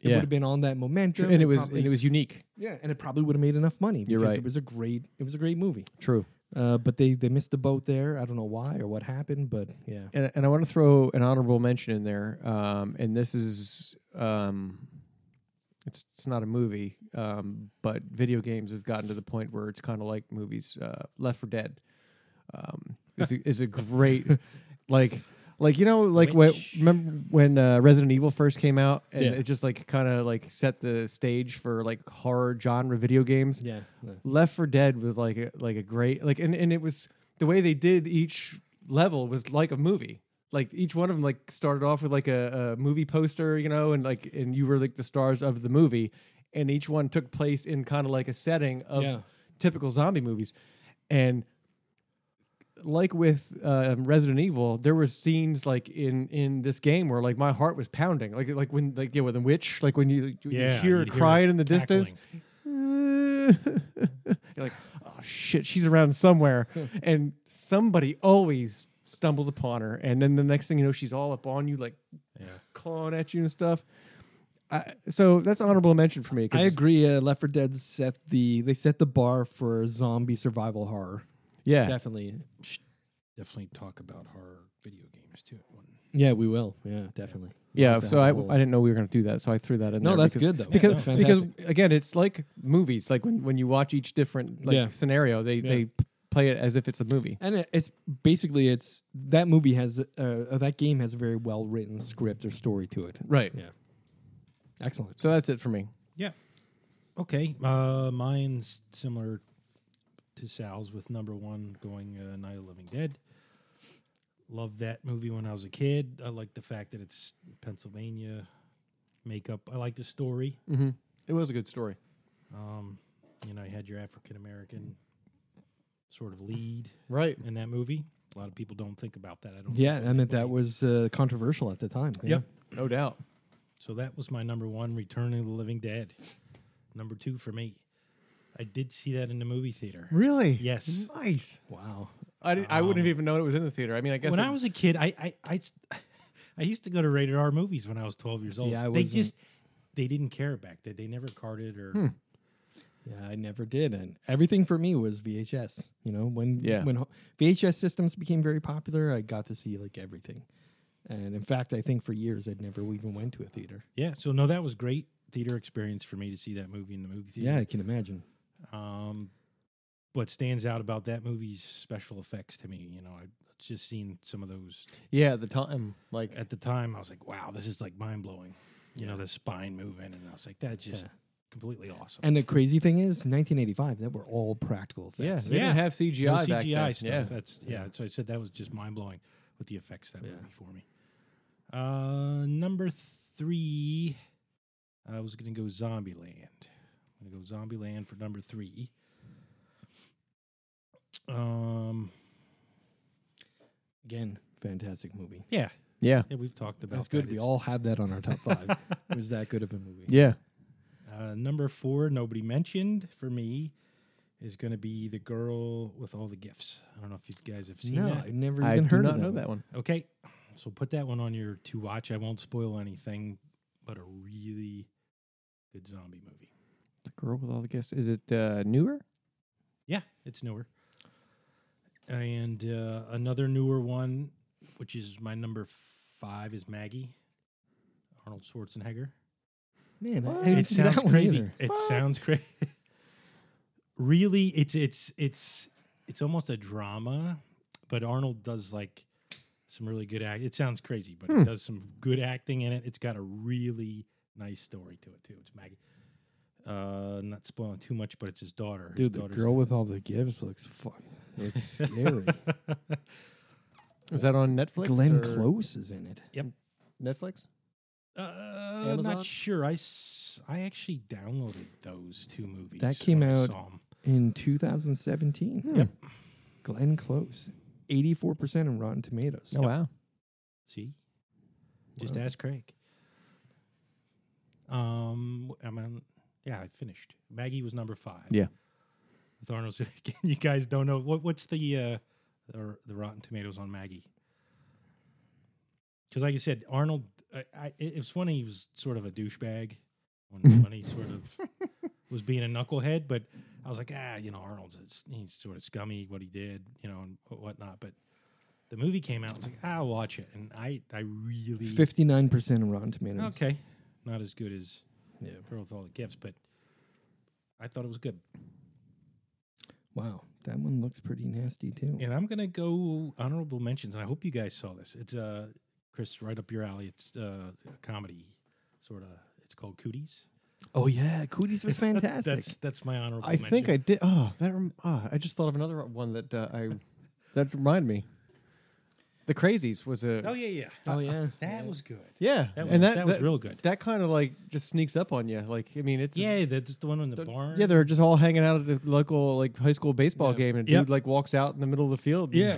it
Yeah.
would have been on that momentum.
and it was
probably-
and it was unique.
yeah, and it probably would have made enough money.
You're
because
right.
It was a great it was a great movie.
True.
Uh, but they they missed the boat there. I don't know why or what happened, but yeah.
and, and I want to throw an honorable mention in there. Um, and this is um, it's it's not a movie, um, but video games have gotten to the point where it's kind of like movies. Uh, Left for Dead um,
<laughs>
is a, is a great like. Like you know, like when,
Which-
remember when uh, Resident Evil first came out, and
Yeah.
it just like kind of like set the stage for like horror genre video games.
Yeah, yeah.
Left for Dead was like a, like a great like and, and it was the way they did each level was like a movie. Like each one of them like started off with like a, a movie poster, you know, and like and you were like the stars of the movie, and each one took place in kind of like a setting of
Yeah.
typical zombie movies, and like with uh, Resident Evil, there were scenes like in in this game where like my heart was pounding, like like when like yeah with the witch, like when you, you- you
Yeah,
hear her
you'd hear her
crying in the distance, <laughs> you're like, oh shit, she's around somewhere,
<laughs>
and somebody always stumbles upon her, and then the next thing you know, she's all up on you, like
Yeah.
clawing at you and stuff. I, so that's honorable mention for me. 'cause-
I agree. Uh, Left 4 Dead set the they set the bar for zombie survival horror.
Yeah,
Definitely.
Definitely talk about horror video games too. One-
Yeah, we will. Yeah, definitely.
yeah.
That's a
So I, I
whole-
didn't know we were going to do that, so I threw that in.
No,
there
that's
because-
good though.
because
That's
because
fantastic.
again it's like movies like when, when you watch each different like
Yeah.
scenario they
Yeah.
they p- play it as if it's a movie
and it, it's basically it's that movie has uh, uh, that game has a very well written script or story to it.
right
Yeah, excellent.
so that's it for me
Yeah. Okay. Uh, mine's similar to Sal's with number one going uh, Night of the Living Dead. Loved that movie when I was a kid. I like the fact that it's Pennsylvania makeup. I like the story.
mm-hmm. it was a good story
Um, you know, you had your African American sort of lead
right
in that movie. A lot of people don't think about that. I don't.
Yeah,
think
I mean
way.
that was uh, controversial at the time. Yeah.
Yep.
no doubt
So that was my number one, Return of the Living Dead. Number two for me. I did see that in the movie theater.
really
Yes.
nice
Wow.
I, didn't, I wouldn't have
Um,
even known it was in the theater I mean I guess
when
it-
I was a kid, I I, I s- <laughs> I used to go to rated R movies when I was twelve years
See,
old.
I
they
wasn't- Hmm.
just they didn't care back then. They never carded or
Yeah, I never did, and everything for me was VHS. You know, when
Yeah.
when ho- VHS systems became very popular, I got to see like everything. And in fact, I think for years I'd never even went to a theater.
yeah. So no, that was great theater experience for me to see that movie in the movie
Yeah, I
theater.
can imagine.
Um, what stands out about that movie's special effects to me, you know, I just seen some of those
yeah the time like
at the time. I was like, wow, this is like mind blowing. You know, the spine moving, and I was like, that's just
Yeah.
completely awesome.
And the crazy thing is, 1985, that were all practical
yeah
effects.
they
Yeah.
didn't have CGI
No
back
CGI
then.
stuff.
yeah
That's yeah.
Yeah.
So I said that was just mind blowing with the effects that
Yeah.
movie for me. Uh, number three, I was gonna go Zombieland. I'm gonna go Zombieland for number three. Um,
Again, fantastic movie.
yeah,
yeah
yeah, we've talked about.
That's good.
that.
We
It's-
all have that on our top
<laughs>
five. it was that good of a movie.
yeah
Uh, number four, nobody mentioned for me, is gonna be the girl with all the gifts. I don't know if you guys have seen
No,
that.
I've never
I
even
do
heard
not
of
know
that.
that one
Okay, so put that one on your to watch. I won't spoil anything, but a really good zombie movie.
the girl with all the guests is it uh, newer
Yeah, it's newer. And uh, another newer one, which is my number five, is Maggie, Arnold Schwarzenegger.
Man, I
What?
didn't
It
see that
sounds
one
crazy.
either.
It
Fuck.
sounds crazy. <laughs> really, it's it's it's it's almost a drama, but Arnold does like some really good act. It sounds crazy, but
Hmm.
it does some good acting in it. It's got a really nice story to it too. It's Maggie. Uh, not spoiling too much, but it's his daughter. His
Dude, the
daughter's-
girl with all the gifts looks fucking looks scary.
Is that on Netflix?
Glenn
or
Close is in it.
Netflix.
Uh, I'm
Amazon?
not sure. I, s- I actually downloaded those two movies.
That came
when I
out-
saw 'em.
in 2017.
Yep.
Glenn Close, 84% in Rotten Tomatoes.
Oh wow.
See, just
Wow.
ask Craig. Um, wh- am I on- yeah, I finished. Maggie was number five.
Yeah.
with Arnold <laughs> Schwarzenegger. You guys don't know what what's the uh, the, r- the Rotten Tomatoes on Maggie? Because, like you said, Arnold. I, I, it it was funny. He was sort of a douchebag when, when he sort of was being a knucklehead. But I was like, ah, you know, Arnold's a, he's sort of scummy what he did, you know, and wh- whatnot. But the movie came out. I was like, I'll watch it, and I I really
59% in Rotten Tomatoes.
okay, not as good as
Yeah.
Girl with All the Gifts, but I thought it was good.
Wow. That one looks pretty nasty too.
And I'm gonna go honorable mentions, and I hope you guys saw this. It's uh, Chris, right up your alley. It's uh, a comedy, sort of. It's called Cooties.
Oh yeah, Cooties was fantastic.
<laughs> That's that's my honorable.
I think
mention.
I did. Oh, that. Rem- ah, I just thought of another one that uh, I that reminded me. The Crazies was a
Oh yeah, yeah.
oh yeah.
that was good.
yeah,
That was,
and
that,
that
was real good.
That kind of like just sneaks up on you. Like I mean, it's
yeah, that's the one in the
Don't-
barn.
Yeah, they're just all hanging out at the local like high school baseball
Yeah.
game, and a
Yep.
dude like walks out in the middle of the field. and-
yeah,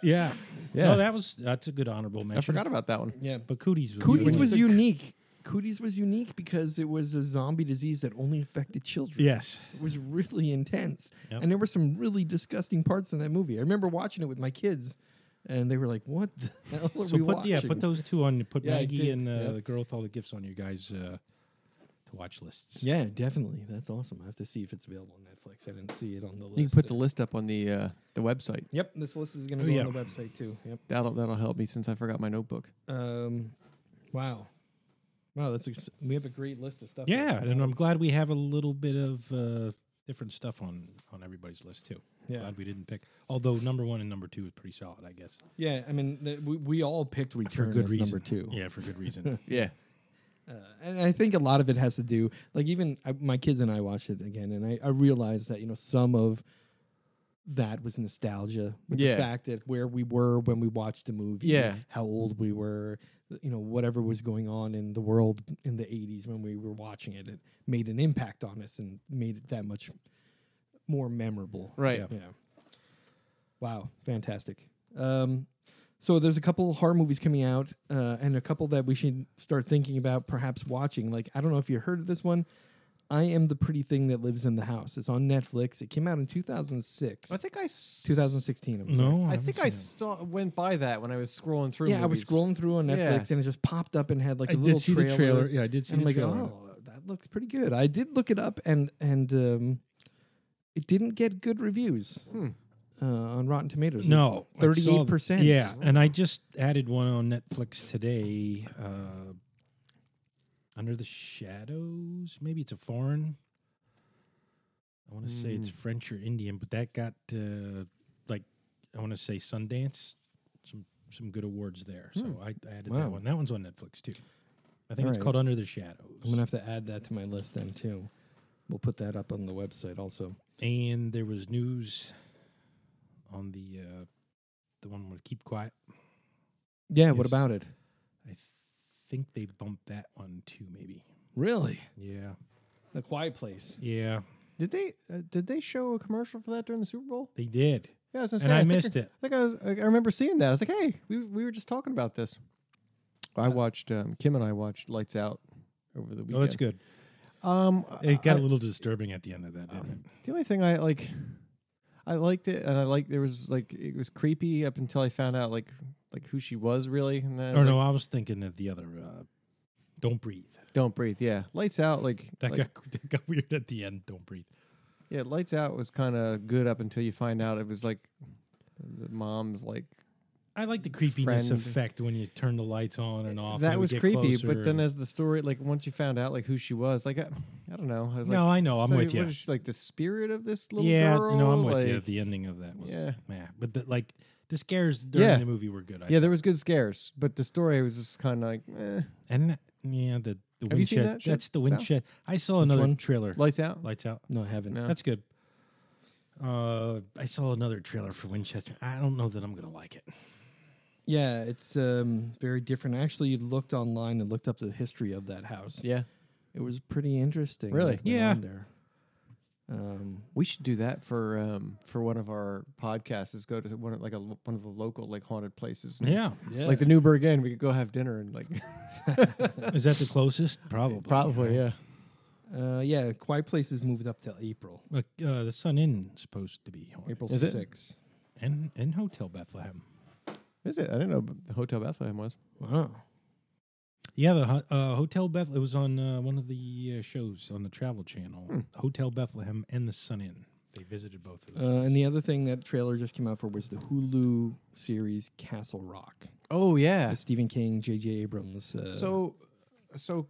yeah,
yeah.
No, that was that's a good honorable mention.
I forgot about that one.
Yeah.
But Cooties was
Cooties
good.
was
said-
unique. Cooties was unique because it was a zombie disease that only affected children.
yes.
It was really intense.
Yep.
And there were some really disgusting parts in that movie. I remember watching it with my kids and they were like, "What the <laughs> hell are
So
we
put
watching?"
yeah, put those two on. Put
Yeah, I
Maggie
did,
and uh,
yeah.
the girl with all the gifts on your guys' uh, to watch lists.
Yeah, definitely. That's awesome. I have to see if it's available on Netflix. I didn't see it on the list.
You can put the list up on the uh, the website.
Yep, this list is going to
Oh,
be
yeah.
on the website too. Yep.
That'll that'll help me since I forgot my notebook.
Um, wow, wow, that's ex- we have a great list of stuff.
Yeah,
right
and
now.
I'm glad we have a little bit of uh, different stuff on on everybody's list too.
yeah,
Glad we didn't pick. Although number one and number two is pretty solid, I guess.
yeah. I mean, th- we, we all picked return
good
as number
reason.
two.
Yeah, for
<laughs>
good reason.
Yeah,
Uh, and I think a lot of it has to do, like even I, my kids and I watched it again, and I, I realized that you know some of that was nostalgia with
Yeah.
the fact that where we were when we watched the movie,
Yeah.
how old we were, th- you know, whatever was going on in the world in the '80s when we were watching it, it made an impact on us and made it that much more memorable.
right.
Yeah.
Yeah. Wow, fantastic. Um, so there's a couple horror movies coming out, uh, and a couple that we should start thinking about perhaps watching. Like I don't know if you heard of this one. I am the pretty thing that lives in the house. It's on Netflix. It came out in 2006,
I think I s-
2016. I'm sorry.
no,
Oh, I
haven't
think
seen
I
it.
saw, went by that when I was scrolling through.
Yeah, I was
movies.
scrolling through on Netflix,
Yeah.
and it just popped up and had like
I
a little
did see
trailer.
the trailer. Yeah, I did see
And I'm
the
like,
trailer.
oh, that looks pretty good. I did look it up, and and um, it didn't get good reviews
Hmm.
uh, on Rotten Tomatoes.
No, I saw th-
38%.
Yeah, and I just added one on Netflix today. Uh, Under the Shadows, maybe it's a foreign. I want to say it's
Mm.
Hmm.
French or Indian, but that got uh, like I want to say Sundance, some some good awards there. So
Hmm.
I, I added
Wow.
that one. That one's on Netflix too. I think it's
Alright.
called Under the Shadows.
I'm gonna have to add that to my list then too. We'll put that up on the website also.
and there was news on the uh, the one with Keep Quiet.
Yeah, what
Yes.
about it?
I th- think they bumped that one too, maybe.
Really?
Yeah.
The Quiet Place.
Yeah.
Did they uh, did they show a commercial for that during the Super Bowl?
They did.
Yeah, I was gonna
And
say,
I
think
missed it.
I think I was. I I remember seeing that. I was like, "Hey, we we were just talking about this." I watched um, Kim and I watched Lights Out over the weekend.
Oh, that's good.
Um,
It got
I-
a little disturbing at the end of that, didn't it?
the only thing I like, I liked it, and I like there was like it was creepy up until I found out like like who she was really. And then I
Or
was
Oh, no,
like,
I was thinking of the other uh, Don't Breathe.
don't breathe. Yeah, Lights Out. Like,
That,
like-
got, <laughs> that got weird at the end. Don't Breathe.
yeah, Lights Out was kind of good up until you find out it was like the mom's like
I like the creepiness
Friend.
effect when you turn the lights on and off. and
that
it would
was
get
creepy.
closer
But then
and-
as the story like once you found out like who she was like I, I don't know I was like.
no, I know. I'm
So
with
what
you.
is she, like the spirit of this little
Yeah,
girl.
no, I'm with you.
like-
The ending of that was yeah,
Yeah.
but the, like the scares during
Yeah.
the movie were good. I
Yeah, there was good scares, but the story was just kind of like, eh.
and yeah, the The
Have you seen
Winchester.
that shit,
That's the
Sal?
Winchester. I saw another
one?
trailer.
Lights out.
Lights out.
No, I haven't.
No.
That's good. Uh, I saw another trailer for Winchester. I don't know that I'm gonna like it.
Yeah, it's um, very different. I actually looked online and looked up the history of that house.
Yeah,
It was pretty interesting.
Really?
what went
Yeah.
on There. Um,
we should do that for um for one of our podcasts. Is go to one of, like a lo- one of the local like haunted places. and-
Yeah,
yeah.
Like the Newburgh Inn, we could go have dinner and like
is that
<laughs>
the closest? Probably.
<laughs> probably yeah.
uh, yeah, Quiet Place is moved up till April.
Like uh, the Sun Inn's supposed to be haunted.
April
Is it?
6th.
and and Hotel Bethlehem.
Is it? I didn't know b- the Hotel Bethlehem was.
Wow.
Yeah, the ho- uh, Hotel Bethlehem. It was on uh, one of the uh, shows on the Travel Channel.
Hmm.
Hotel Bethlehem and the Sun Inn. They visited both of
Uh,
those.
and the other thing that trailer just came out for was the Hulu series Castle Rock.
Oh yeah.
The Stephen King, J.J. Abrams. Uh,
so so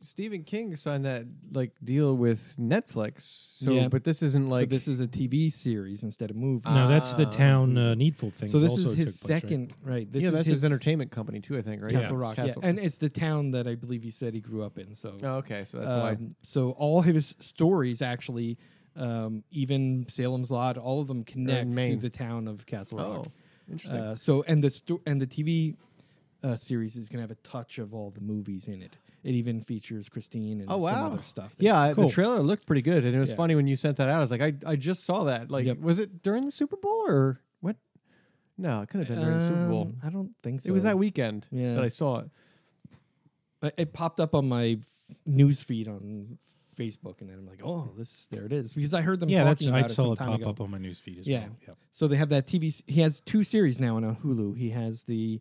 Stephen King signed that like deal with Netflix. So
Yeah.
but this isn't
but
like
this is a TV series instead of movie.
no, that's the
Ah.
town uh, needful thing.
so this
also
is his
took place, right?
second, right? This
yeah,
is
that's his,
his,
entertainment company too, I think, right?
Castle
Yeah.
Rock. yeah.
Castle-
and it's the town that I believe he said he grew up in. So
Oh, okay, so that's why.
Um, So all his stories actually, um, even Salem's Lot, all of them connect to
Maine.
the town of Castle
Oh,
Rock.
interesting.
Uh, so and the sto- and the TV uh, series is gonna have a touch of all the movies in it. It even features Christine and
Oh,
some
wow.
other stuff.
yeah, I-
cool.
the trailer looked pretty good, and it was
Yeah.
funny when you sent that out. I was like, I, I just saw that. Like,
Yep.
was it during the Super Bowl or what? No, it could have been during the Super Bowl.
Um, I don't think so.
It was that weekend
Yeah.
that I saw it.
I- It popped up on my news feed on Facebook, and then I'm like, oh, this there it is because I heard them
Yeah, that's
talking about
I
it some
saw it
time
pop
ago.
up on my newsfeed as
Yeah.
well. Yeah.
So they have that TV. s- He has two series now on uh, Hulu. He has the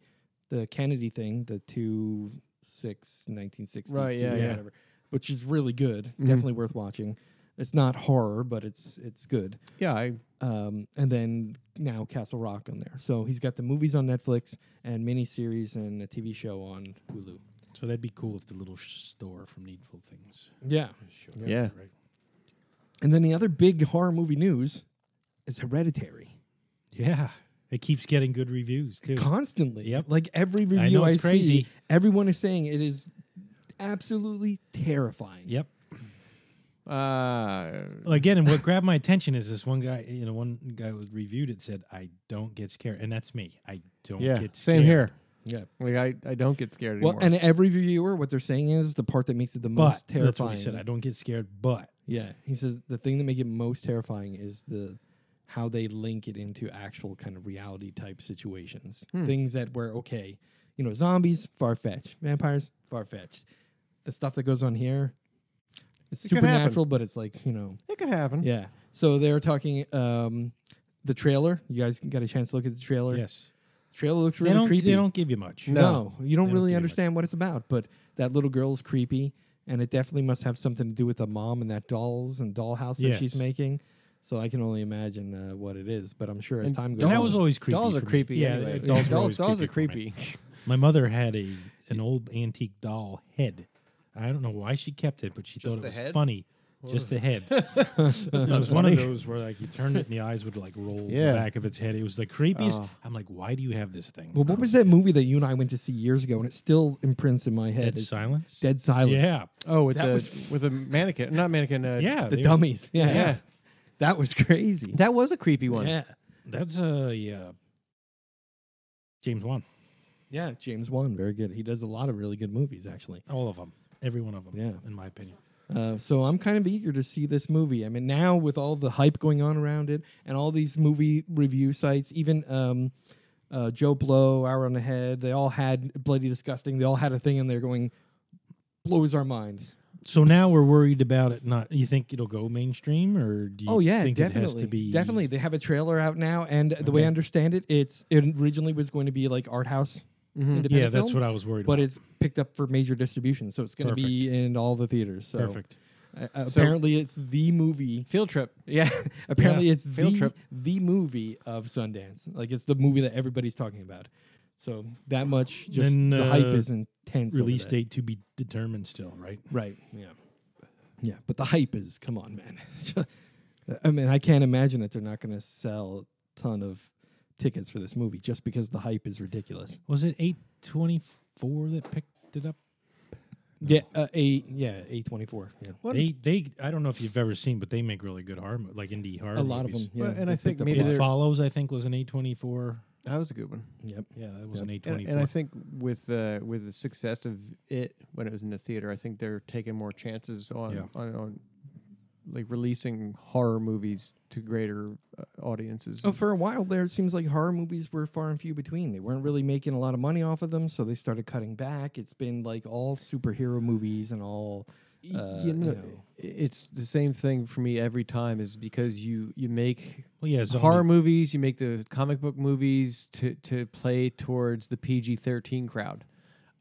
the Kennedy thing, the two six nineteen sixty,
Right, yeah,
yeah.
whatever, which is really good.
Mhm.
Definitely worth watching. It's not horror, but it's it's good.
Yeah, I
Um, and then now Castle Rock on there. So he's got the movies on Netflix and miniseries and a TV show on Hulu.
So that'd be cool if the little sh- store from Needful Things.
Yeah.
showed up,
Yeah.
Right?
And then the other big horror movie news is Hereditary.
Yeah. It keeps getting good reviews too.
Constantly.
Yep.
Like every review I,
know it's
see,
crazy.
everyone is saying it is absolutely terrifying.
Yep.
uh,
Well, again, and what grabbed my attention is this one guy. You know, one guy was reviewed it said, "I don't get scared," and that's me. I don't
yeah,
get scared.
same here.
Yeah.
Like, I, I don't get scared
Well,
anymore.
and every reviewer, what they're saying is the part that makes it the
But
most terrifying.
that's what he said. I don't get scared, but
yeah. He says the thing that make it most terrifying is the how they link it into actual kind of reality type situations. Things that were okay. You know, zombies, far fetched. Vampires, far fetched. The stuff that goes on here, it's
It could happen.
supernatural, but it's like, you know,
it could happen.
Yeah. So they're talking um the trailer. You guys got a chance to look at the trailer.
yes,
Trailer looks
they
really
don't.
creepy.
They don't give you much.
no, you don't
They don't
really
give you much.
understand what it's about, but that little girl's creepy and it definitely must have something to do with the mom and that dolls and dollhouse that she's
Yes.
making. So I can only imagine uh, what it is, but I'm sure as
And
time goes
And that
on.
was always creepy.
Dolls are
for me.
creepy.
Yeah,
anyway.
uh, dolls, were
dolls,
always
dolls are
creepy. for me.
creepy.
My mother had a an old antique doll head. I don't know why she kept it, but she
Just
thought it
the
was
head?
funny. Just the
<laughs>
head. it was one of those where like you turned it and the eyes would like roll
Yeah.
the back of its head. It was the creepiest.
Oh.
I'm like, why do you have this thing?
well, what was that movie that you and I went to see years ago and it still imprints in my head?
Dead
It's
silence.
Dead Silence.
Yeah,
Oh, with
That
the
was-
with a mannequin, not mannequin. Uh,
yeah.
The
they-
dummies. Yeah.
yeah,
That was crazy.
That was a creepy one.
yeah.
That's a uh, James Wan.
Yeah, James Wan, very good. He does a lot of really good movies actually.
All of them. Every one of them.
Yeah.
In my opinion.
Uh, so I'm kind of eager to see this movie. I mean, now with all the hype going on around it, and all these movie review sites, even um, uh, Joe Blow, Hour on the Head, they all had bloody disgusting. They all had a thing in there going blows our minds.
So now we're worried about it. Not you think it'll go mainstream, or do you
oh yeah,
think
definitely,
it has to be
definitely. They have a trailer out now, and the way I
Okay.
understand it, it's it originally was going to be like art house. Independent
Hmm. Yeah, that's
film,
what I was worried
But
about.
it's picked up for major distribution, so it's going to be in all the theaters. So
perfect.
uh, apparently, it's the movie
Field trip.
Yeah, apparently it's
Field
the
trip.
the movie of Sundance. Like it's the movie that everybody's talking about. So that much, just
Then,
the hype
uh,
is intense. over
Release
that.
date to be determined still, right?
right? Yeah, yeah. But the hype is, come on, man. <laughs> I mean, I can't imagine that they're not going to sell a ton of tickets for this movie just because the hype is ridiculous.
Was it eight twenty four that picked it up?
Yeah, uh, a yeah, a twenty four. Yeah,
What is-
They, they, I don't know if you've ever seen, but they make really good horror, mo- like indie horror.
a lot of
movies.
them. Yeah,
Well, and
they
I
picked
think
up
maybe
a lot.
It
they're-
follows, I think, was an A twenty four.
that was a good one.
Yep.
Yeah, that was
Yep.
an A
And,
twenty
and I
four.
think with the with the success of it when it was in the theater, I think they're taking more chances on
Yeah.
on, on like releasing horror movies to greater uh, audiences.
Oh, for a while there, it seems like horror movies were far and few between. They weren't really making a lot of money off of them, so they started cutting back. It's been like all superhero movies and all.
Y-
uh,
you know,
you know.
it's the same thing for me every time. Is because you you make
Well, yeah, zombie,
horror movies, you make the comic book movies to to play towards the PG thirteen crowd.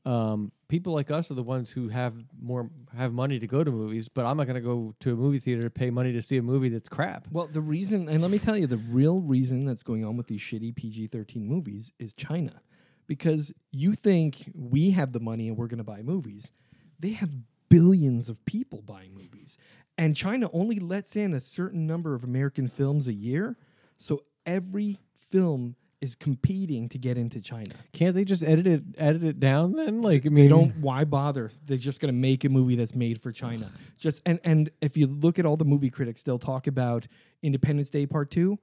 Um, people like us are the ones who have more have money to go to movies, but I'm not going to go to a movie theater to pay money to see a movie that's crap.
Well, the reason, and let me tell you, the real reason that's going on with these shitty PG 13 movies is China. Because you think we have the money and we're going to buy movies. They have billions of people buying movies. And China only lets in a certain number of American films a year. So every film is competing to get into China.
Can't they just edit it edit it down then? Like I mean,
They don't. Why bother? They're just going to make a movie that's made for China. Just and and if you look at all the movie critics, they'll talk about Independence Day Part Two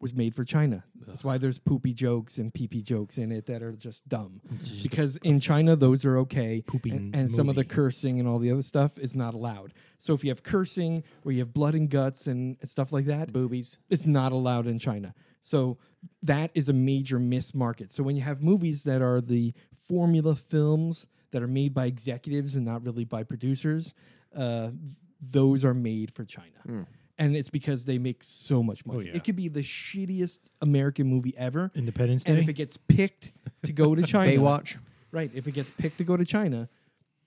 was made for China. That's why there's poopy jokes and pee pee jokes in it that are just dumb. Because in China, those are okay,
Poopy
and, and some of the
movie.
cursing and all the other stuff is not allowed. So if you have cursing or you have blood and guts and stuff like that,
boobies.
it's not allowed in China. So that is a major miss market. So when you have movies that are the formula films that are made by executives and not really by producers, uh, those are made for China. And it's because they make so much money.
Oh, yeah.
It could be the shittiest American movie ever.
Independence
And
Day. <laughs>
if it gets picked to go
<laughs>
to China,
Baywatch.
right? If it gets picked to go to China,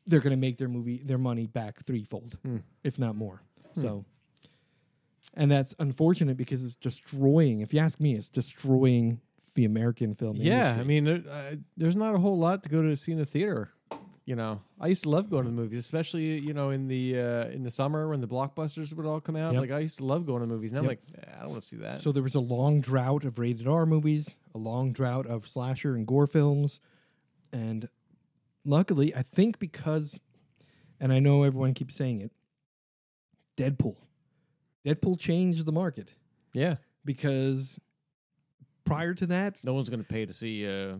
they're going to make their movie their money back threefold,
Hmm.
if not more. So, and that's unfortunate because it's destroying. If you ask me, it's destroying the American film.
Yeah, I
industry.
mean, there, uh, there's not a whole lot to go to see in the theater. You know, I used to love going to the movies, especially you know in the uh, in the summer when the blockbusters would all come out.
Yep.
Like I used to love going to movies. Now I'm
Yep.
like, "Eh, I don't want to see that.
So there was a long drought of rated R movies, a long drought of slasher and gore films, and luckily, I think because, and I know everyone keeps saying it, Deadpool, Deadpool changed the market
yeah,
because prior to that,
no one's gonna pay to see. Uh,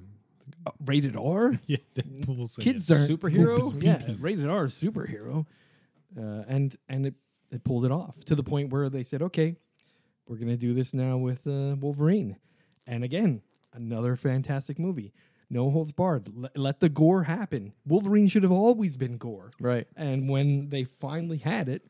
uh, rated R.
yeah, Deadpool's like
Kids
a
are
superhero?
Yeah, rated R is superhero, uh, and and it it pulled it off to the point where they said, okay, we're gonna do this now with uh, Wolverine, and again another fantastic movie. No holds barred. Let, let the gore happen. Wolverine should have always been gore.
right.
And when they finally had it,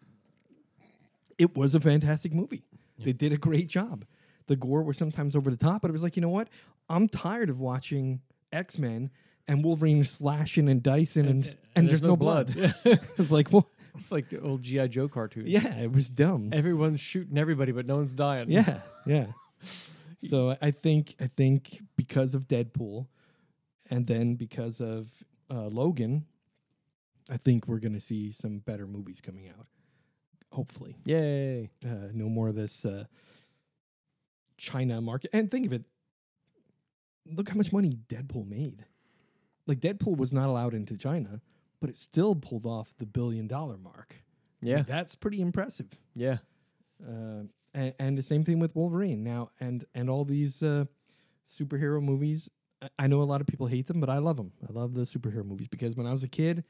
it was a fantastic movie. They did a great job. The gore was sometimes over the top, but it was like, you know what? I'm tired of watching X Men and Wolverine slashing and dicing, and, and, there's, no, blood.
<laughs>
<laughs> it's like, well,
It's like the old GI Joe cartoon.
yeah, it was dumb.
everyone's shooting everybody, but no one's dying.
Yeah, yeah. So I- I think I think because of Deadpool, and then because of uh, Logan, I think we're gonna see some better movies coming out. Hopefully,
yay.
uh, no more of this uh, China market. And think of it. Look how much money Deadpool made. Like Deadpool was not allowed into China, but it still pulled off the billion dollar mark.
Yeah,
that's pretty impressive
yeah.
uh, and, and the same thing with Wolverine now, and and all these uh, superhero movies. I- I know a lot of people hate them, but I love them. I love the superhero movies because when I was a kid,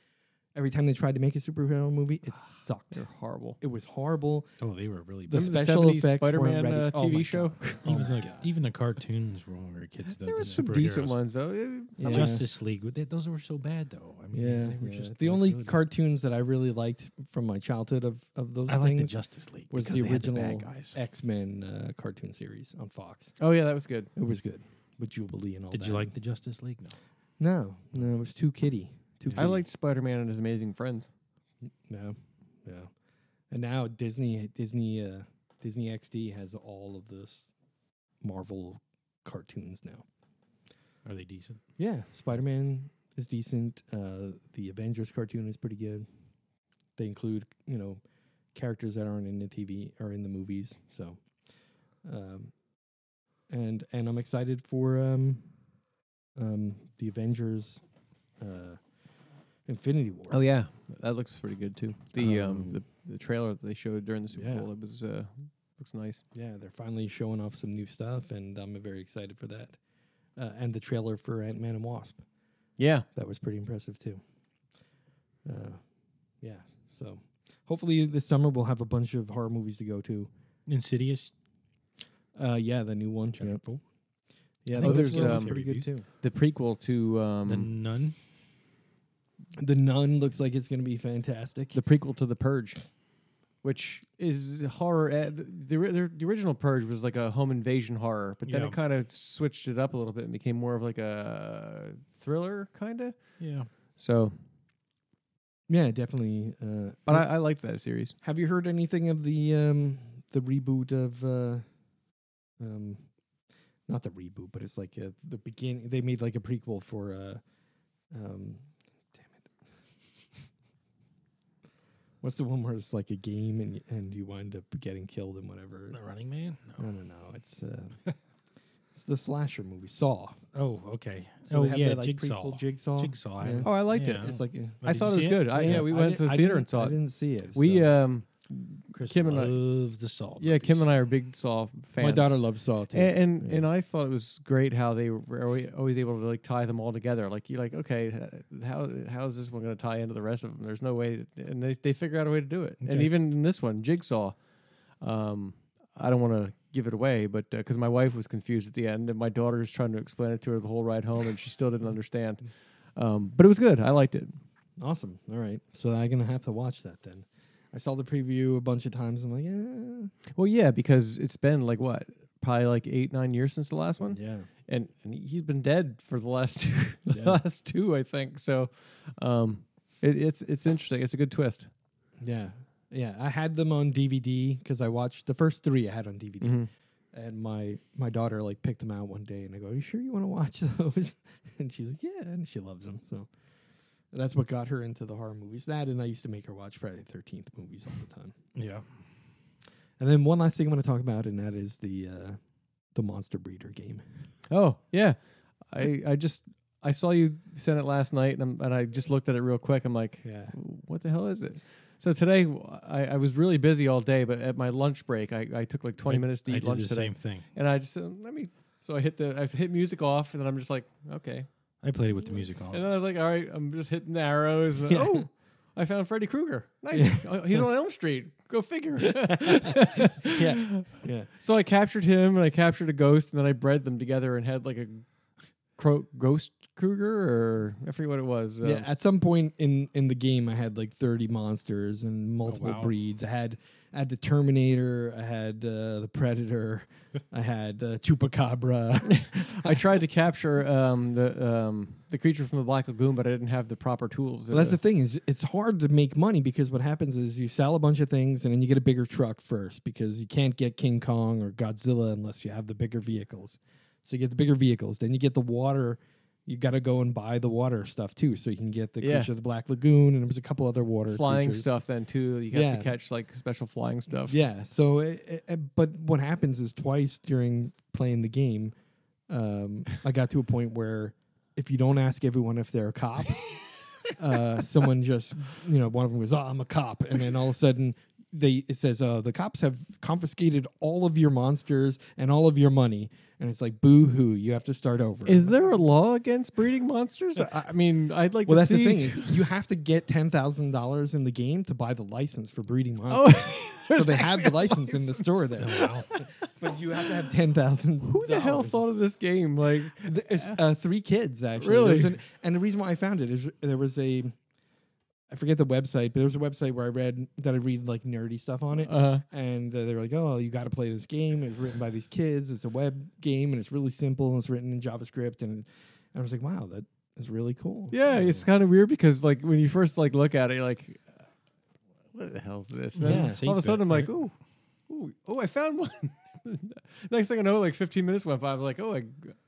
every time they tried to make a superhero movie,
<sighs>
it sucked.
They're horrible.
It was horrible.
Oh, they were really
The
bad.
Remember the
special
70s
effects
Spider-Man,
weren't ready.
uh,
Oh
TV
my
show?
God. Oh
Even
my
the
God.
even the cartoons when we were kids. The,
There
the
was some decent
superheroes.
ones though. Eh, It-
Yeah.
I'm just-
Justice League. they- those were so bad though. I mean,
Yeah,
they were
yeah.
just
the
not
only
good.
cartoons that I really liked from my childhood of of those
I like the
things
Justice League
was
because
the
they had
original
bad guys.
X Men uh, cartoon series on Fox.
Oh yeah, that was good.
It was good with Jubilee and all
Did
that.
you like the Justice League? No.
No, no, it was too kiddie. Too.
I
kiddie.
liked Spider-Man and His Amazing Friends.
No, no. And now Disney, Disney, uh, Disney XD has all of this Marvel cartoons now.
Are they decent?
Yeah, Spider Man is decent. Uh, the Avengers cartoon is pretty good. They include, you know, characters that aren't in the TV or in the movies. So, um, and and I'm excited for um, um, the Avengers, uh, Infinity War.
Oh yeah, that looks pretty good too. The um,
Um,
the, the trailer that they showed during the Super
yeah.
Bowl it was uh looks nice.
Yeah, they're finally showing off some new stuff, and I'm very excited for that. Uh, and the trailer for Ant Man and Wasp
Yeah,
that was pretty impressive too. Uh, yeah, so hopefully this summer we'll have a bunch of horror movies to go to.
Insidious.
Uh, yeah, the new one.
Chapter
yeah.
four.
Yeah,
I
the
think
first
there's,
one was
um,
pretty good too.
the prequel to um
the Nun.
The Nun looks like it's gonna be fantastic.
the prequel to the Purge, which is horror. eh, The, the, ri- the, original Purge was like a home invasion horror, but then
Yeah.
it kind of switched it up a little bit and became more of like a thriller kind of.
Yeah.
So,
yeah, definitely. Uh,
but I, I liked that series.
have you heard anything of the um, the reboot of? Uh, um, not the reboot, but it's like a, the beginning. They made like a prequel for. Uh, um, damn it. <laughs> What's the one where it's like a game and y- and you wind up getting killed and whatever?
The Running Man.
No, no, no. It's uh, it's the slasher movie Saw.
Oh, okay.
So
oh
they have
yeah,
that, like,
Jigsaw.
prequel Jigsaw.
Jigsaw, I
Yeah.
haven't-
Oh, I liked
Yeah.
it.
It's like uh,
But
I
did
thought
you
it was
see
good. I, yeah, we
I
went
di-
to the
I
theater and
didn't-
saw
I
it.
didn't see it.
We
so-
um,
Chris
Kim and I-
loves the Saw.
yeah,
movies.
Kim and I are big Saw fans.
my daughter loves Saw too.
And and,
Yeah.
and I thought it was great how they were alwa- always able to like tie them all together. Like you're like, okay, h- how how is this one going to tie into the rest of them? There's no way, that- and they they figure out a way to do it. And
Okay.
even in this one, Jigsaw, um, I don't want to give it away, but because my wife was confused at the end, and my daughter's trying to explain it to her the whole ride home, and she still didn't understand. Um, but it was good. I liked it.
Awesome. All right. So I'm gonna have to watch that then. I saw the preview a bunch of times. I'm like, eh.
Well, yeah, because it's been like what. Probably like eight nine years since the last one,
yeah,
and, and he's been dead for the last two, <laughs> the
<laughs> Yeah.
last two, I think. So, um, it, it's it's interesting. It's a good twist.
yeah, yeah. I had them on DVD because I watched the first three. I had on DVD,
Mm-hmm.
and my my daughter like picked them out one day, and I go, "Are you sure you want to watch <laughs> those?" and she's like, "Yeah," and she loves them. So that's what got her into the horror movies. That, and I used to make her watch Friday the Thirteenth movies all the time.
Yeah.
And then one last thing I'm going to talk about, and that is the uh, the Monster Breeder game.
Oh yeah, I I just I saw you sent it last night, and, i and I just looked at it real quick. I'm like,
Yeah. <laughs>
what the hell is it? So today I, I was really busy all day, but at my lunch break I, I took like 20
I-
minutes to
I
eat
did
lunch
the
today,
Same thing.
and I just said, let me. So I hit the I hit music off, and then I'm just like, okay.
I played it with the music on.
And then I was like, all right, I'm just hitting the arrows. And,
Yeah.
Oh, I found Freddy Krueger. Nice. Oh, He's on Elm Street.
<laughs>
Go figure.
Yeah, yeah.
so I captured him and I captured a ghost and then I bred them together and had like a cro- ghost Krueger or I forget what it was. Um,
yeah, at some point in in the game, I had like thirty monsters and multiple
Oh,
wow.
breeds. I had I had the Terminator, I had uh, the
<laughs>
Predator, I had uh, Chupacabra.
I tried to capture um, the um, the creature from the Black Lagoon, but I didn't have the proper tools.
Well, that's the thing is it's hard to make money because what happens is you sell a bunch of things and then you get a bigger truck first because you can't get King Kong or Godzilla unless you have the bigger vehicles. So you get the bigger vehicles, then you get the water. You got to go and buy the water stuff too, so you can get the
Yeah.
creature of the Black Lagoon and there was a couple other water
flying
creatures.
stuff then too. You have
Yeah.
to catch like special flying stuff.
Yeah. So, it, it- it- but what happens is twice during playing the game, um, I got to a point where if you don't ask everyone if they're a
<laughs>
cop, uh, someone just, you know, one of them goes, "Oh, I'm a cop," and then all of a sudden. They it says uh, the cops have confiscated all of your monsters and all of your money, and it's like boo hoo, you have to start over.
Is there a law against breeding monsters? I, I mean, I'd like
well,
to
that's the
see.
thing is you have to get ten thousand dollars in the game to buy the license for breeding monsters.
<laughs> Oh,
so they have the license, in the store there. but you have to have ten thousand.
<laughs> who the hell thought of this game? Like,
uh, three kids actually. There
Really?
was an- and the reason why I found it is there was a, I forget the website, but there was a website where I read that I read like nerdy stuff on it,
uh,
and uh, they were like, "Oh, you got to play this game. It's written by these kids. It's a web game, and it's really simple. And it's written in JavaScript." And, and I was like, "Wow, that is really cool."
yeah, it's kind of weird because like when you first like look at it, you're like, what the hell is this? And then
Yeah.
Take
all of a
that,
sudden, I'm like,
right?
oh, oh, oh, I found one. <laughs> Next thing I know, like 15 minutes went by. I'm like, oh, I,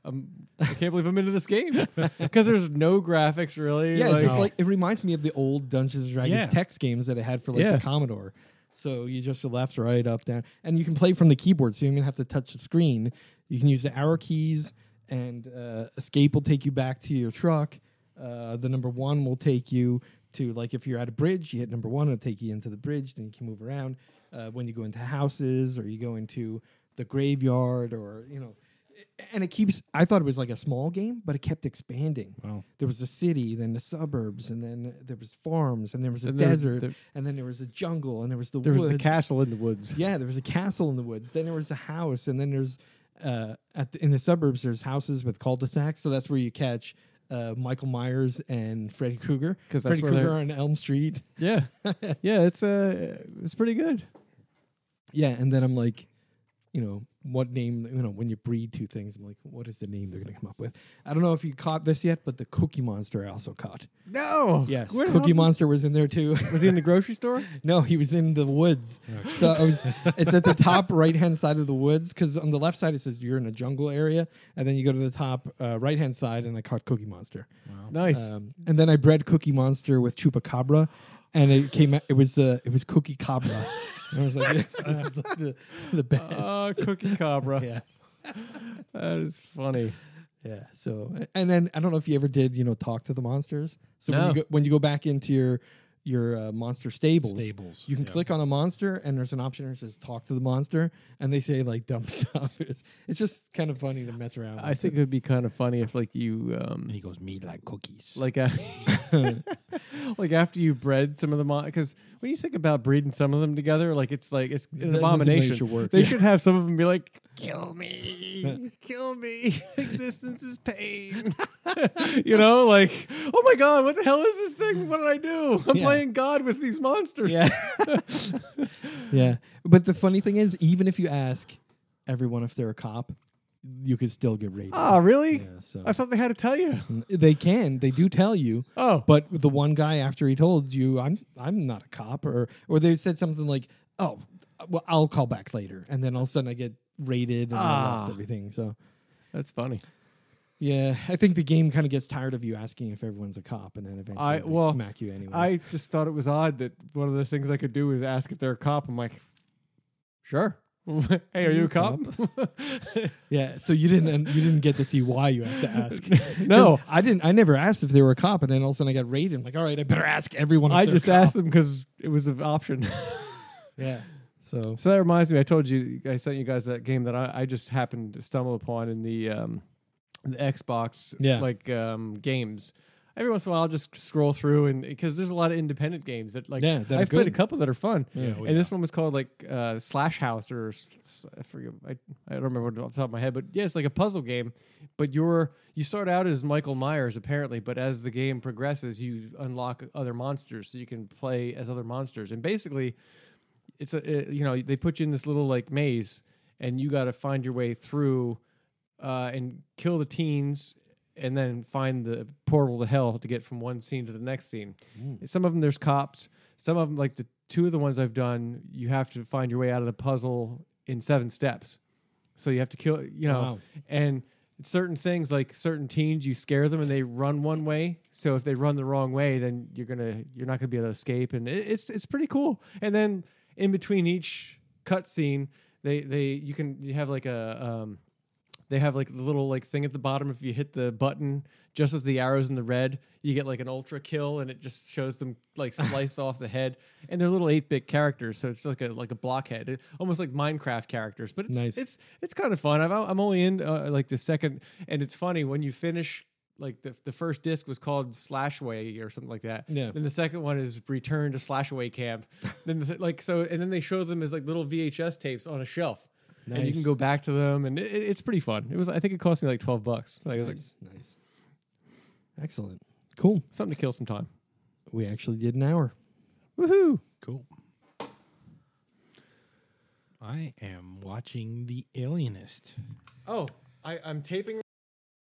I'm, I can't believe I'm into this
<laughs>
game because there's no graphics really.
Yeah, it's
like,
just like it reminds me of the old Dungeons and Dragons
Yeah.
text games that I had for like
Yeah.
the Commodore. So you just left, right, up, down, and you can play from the keyboard. So you don't even have to touch the screen. You can use the arrow keys, and uh, escape will take you back to your truck. Uh, the number one will take you to like if you're at a bridge, you hit number one, it'll take you into the bridge, then you can move around. Uh, when you go into houses or you go into the graveyard or you know, and it keeps. I thought it was like a small game, but it kept expanding.
Wow.
There was a city, then the suburbs, and then there was farms, and there was a
Then there was
desert,
the-
and then there was a jungle, and there was the
There was the
woods.
castle in the woods.
Yeah, there was a castle in the woods. Then there was a house, and then there's uh, at the, in the suburbs there's houses with cul-de-sacs. So that's where you catch uh, Michael Myers and Freddy Krueger.
'Cause that's
Freddy
where
Krueger
they're-
on Elm Street.
Yeah,
<laughs>
yeah. It's uh, it's pretty good.
Yeah, and then I'm like, you know, what name? You know, when you breed two things, I'm like, what is the name they're gonna come up with? I don't know if you caught this yet, but the Cookie Monster I also caught.
No.
Yes,
Where the
Cookie
hell-
Monster was in there too.
<laughs>
<laughs>
Was he in the grocery store?
No, he was in the woods. So I
<laughs>
was, it's at the top right hand side of the woods because on the left side it says you're in a jungle area, and then you go to the top uh, right hand side, and I caught Cookie Monster.
Nice. <laughs>
Um, and then I bred Cookie Monster with Chupacabra, and it came. out- It was uh, it was Cookie Cabra. and I was like, <laughs> this is like the, the
<laughs>
best.
Oh, cookie cabra.
<laughs> yeah,
That is funny.
yeah. So and then I don't know if you ever did you know talk to the monsters. So
No.
when you go, when you go back into your your uh, monster stables,
Stables.
You can
yeah.
click on a monster, and there's an option that says "talk to the monster," and they say like dumb <laughs> stuff. It's it's just kind of funny to mess around.
I think it would be kind of funny if like you um
And he goes, "Me like cookies."
like
<laughs>
a, like after you bred some of the mon because when you think about breeding some of them together like it's like it's
That
an
doesn't
abomination
make your work.
they
Yeah.
should have some of them be like kill
<laughs>
me kill me <laughs> existence is pain <laughs> you know like oh my god what the hell is this thing what did i do i'm
Yeah.
playing god with these monsters
Yeah.
<laughs>
yeah, but the funny thing is, even if you ask everyone if they're a cop, you could still get raided.
oh really
yeah, so
i thought they had to tell
<laughs>
you
they can, they do tell you.
oh
But the one guy after he told you, I'm I'm not a cop, or or they said something like, "Oh, well, I'll call back later," and then all of a sudden I get raided and I lost
Ah.
everything. So
that's funny
yeah, I think the game kind of gets tired of you asking if everyone's a cop, and then eventually
I-
they
well,
smack you anyway.
I just thought it was odd that one of the things I could do is ask if they're a cop. I'm like, sure.
<laughs>
hey, are you a cop?
yeah, so you didn't and you didn't get to see why you
<laughs>
have to ask. 'Cause
No.
I didn't. I never asked if they were a cop, and then all of a sudden I got raided. I'm like, all right, I better ask everyone. If
I
they're
just
a cop.
asked them because it was an option.
<laughs>
<laughs>
Yeah. So
so that reminds me, I told you, I sent you guys that game that I, I just happened to stumble upon in the um, the Xbox
Yeah.
like um, games. Every once in a while, I'll just scroll through and because there's a lot of independent games that like
Yeah, that are
I've played a
good.
couple that are fun.
Yeah, oh
and this one was called like uh, Slash House or s- s- I forget. I, I don't remember off the top of my head, but yeah, it's like a puzzle game. But you're you start out as Michael Myers apparently, but as the game progresses, you unlock other monsters, so you can play as other monsters. And basically, it's a uh you know they put you in this little like maze, and you got to find your way through uh, and kill the teens. And then find the portal to hell to get from one scene to the next scene. Some of them there's cops. Some of them, like the two of the ones I've done, you have to find your way out of the puzzle in seven steps. So you have to kill, you know,
Wow.
and certain things like certain teens, you scare them and they run one way. So if they run the wrong way, then you're gonna you're not gonna be able to escape. And it, it's it's pretty cool. And then in between each cutscene, they they you can you have like a um, they have like the little like thing at the bottom. If you hit the button just as the arrows in the red, you get like an ultra kill, and it just shows them like slice off the head. And they're little eight bit characters, so it's like a like a blockhead, It- almost like Minecraft characters. But it's
Nice.
it's it's kind of fun. I'm I'm only in uh, like the second, and it's funny when you finish. Like the, the first disc was called Slashway or something like that.
Yeah.
Then the second one is Return to Slashaway Camp. then the th- like so, and then they show them as like little VHS tapes on a shelf and you
Nice.
can go back to them, and it, it- it's pretty fun. It was, I think, it cost me like twelve bucks. Like, it was like
nice, nice, excellent, cool.
something to kill some time.
We actually did an hour.
Woohoo!
Cool. I am watching The Alienist.
Oh, I, I'm taping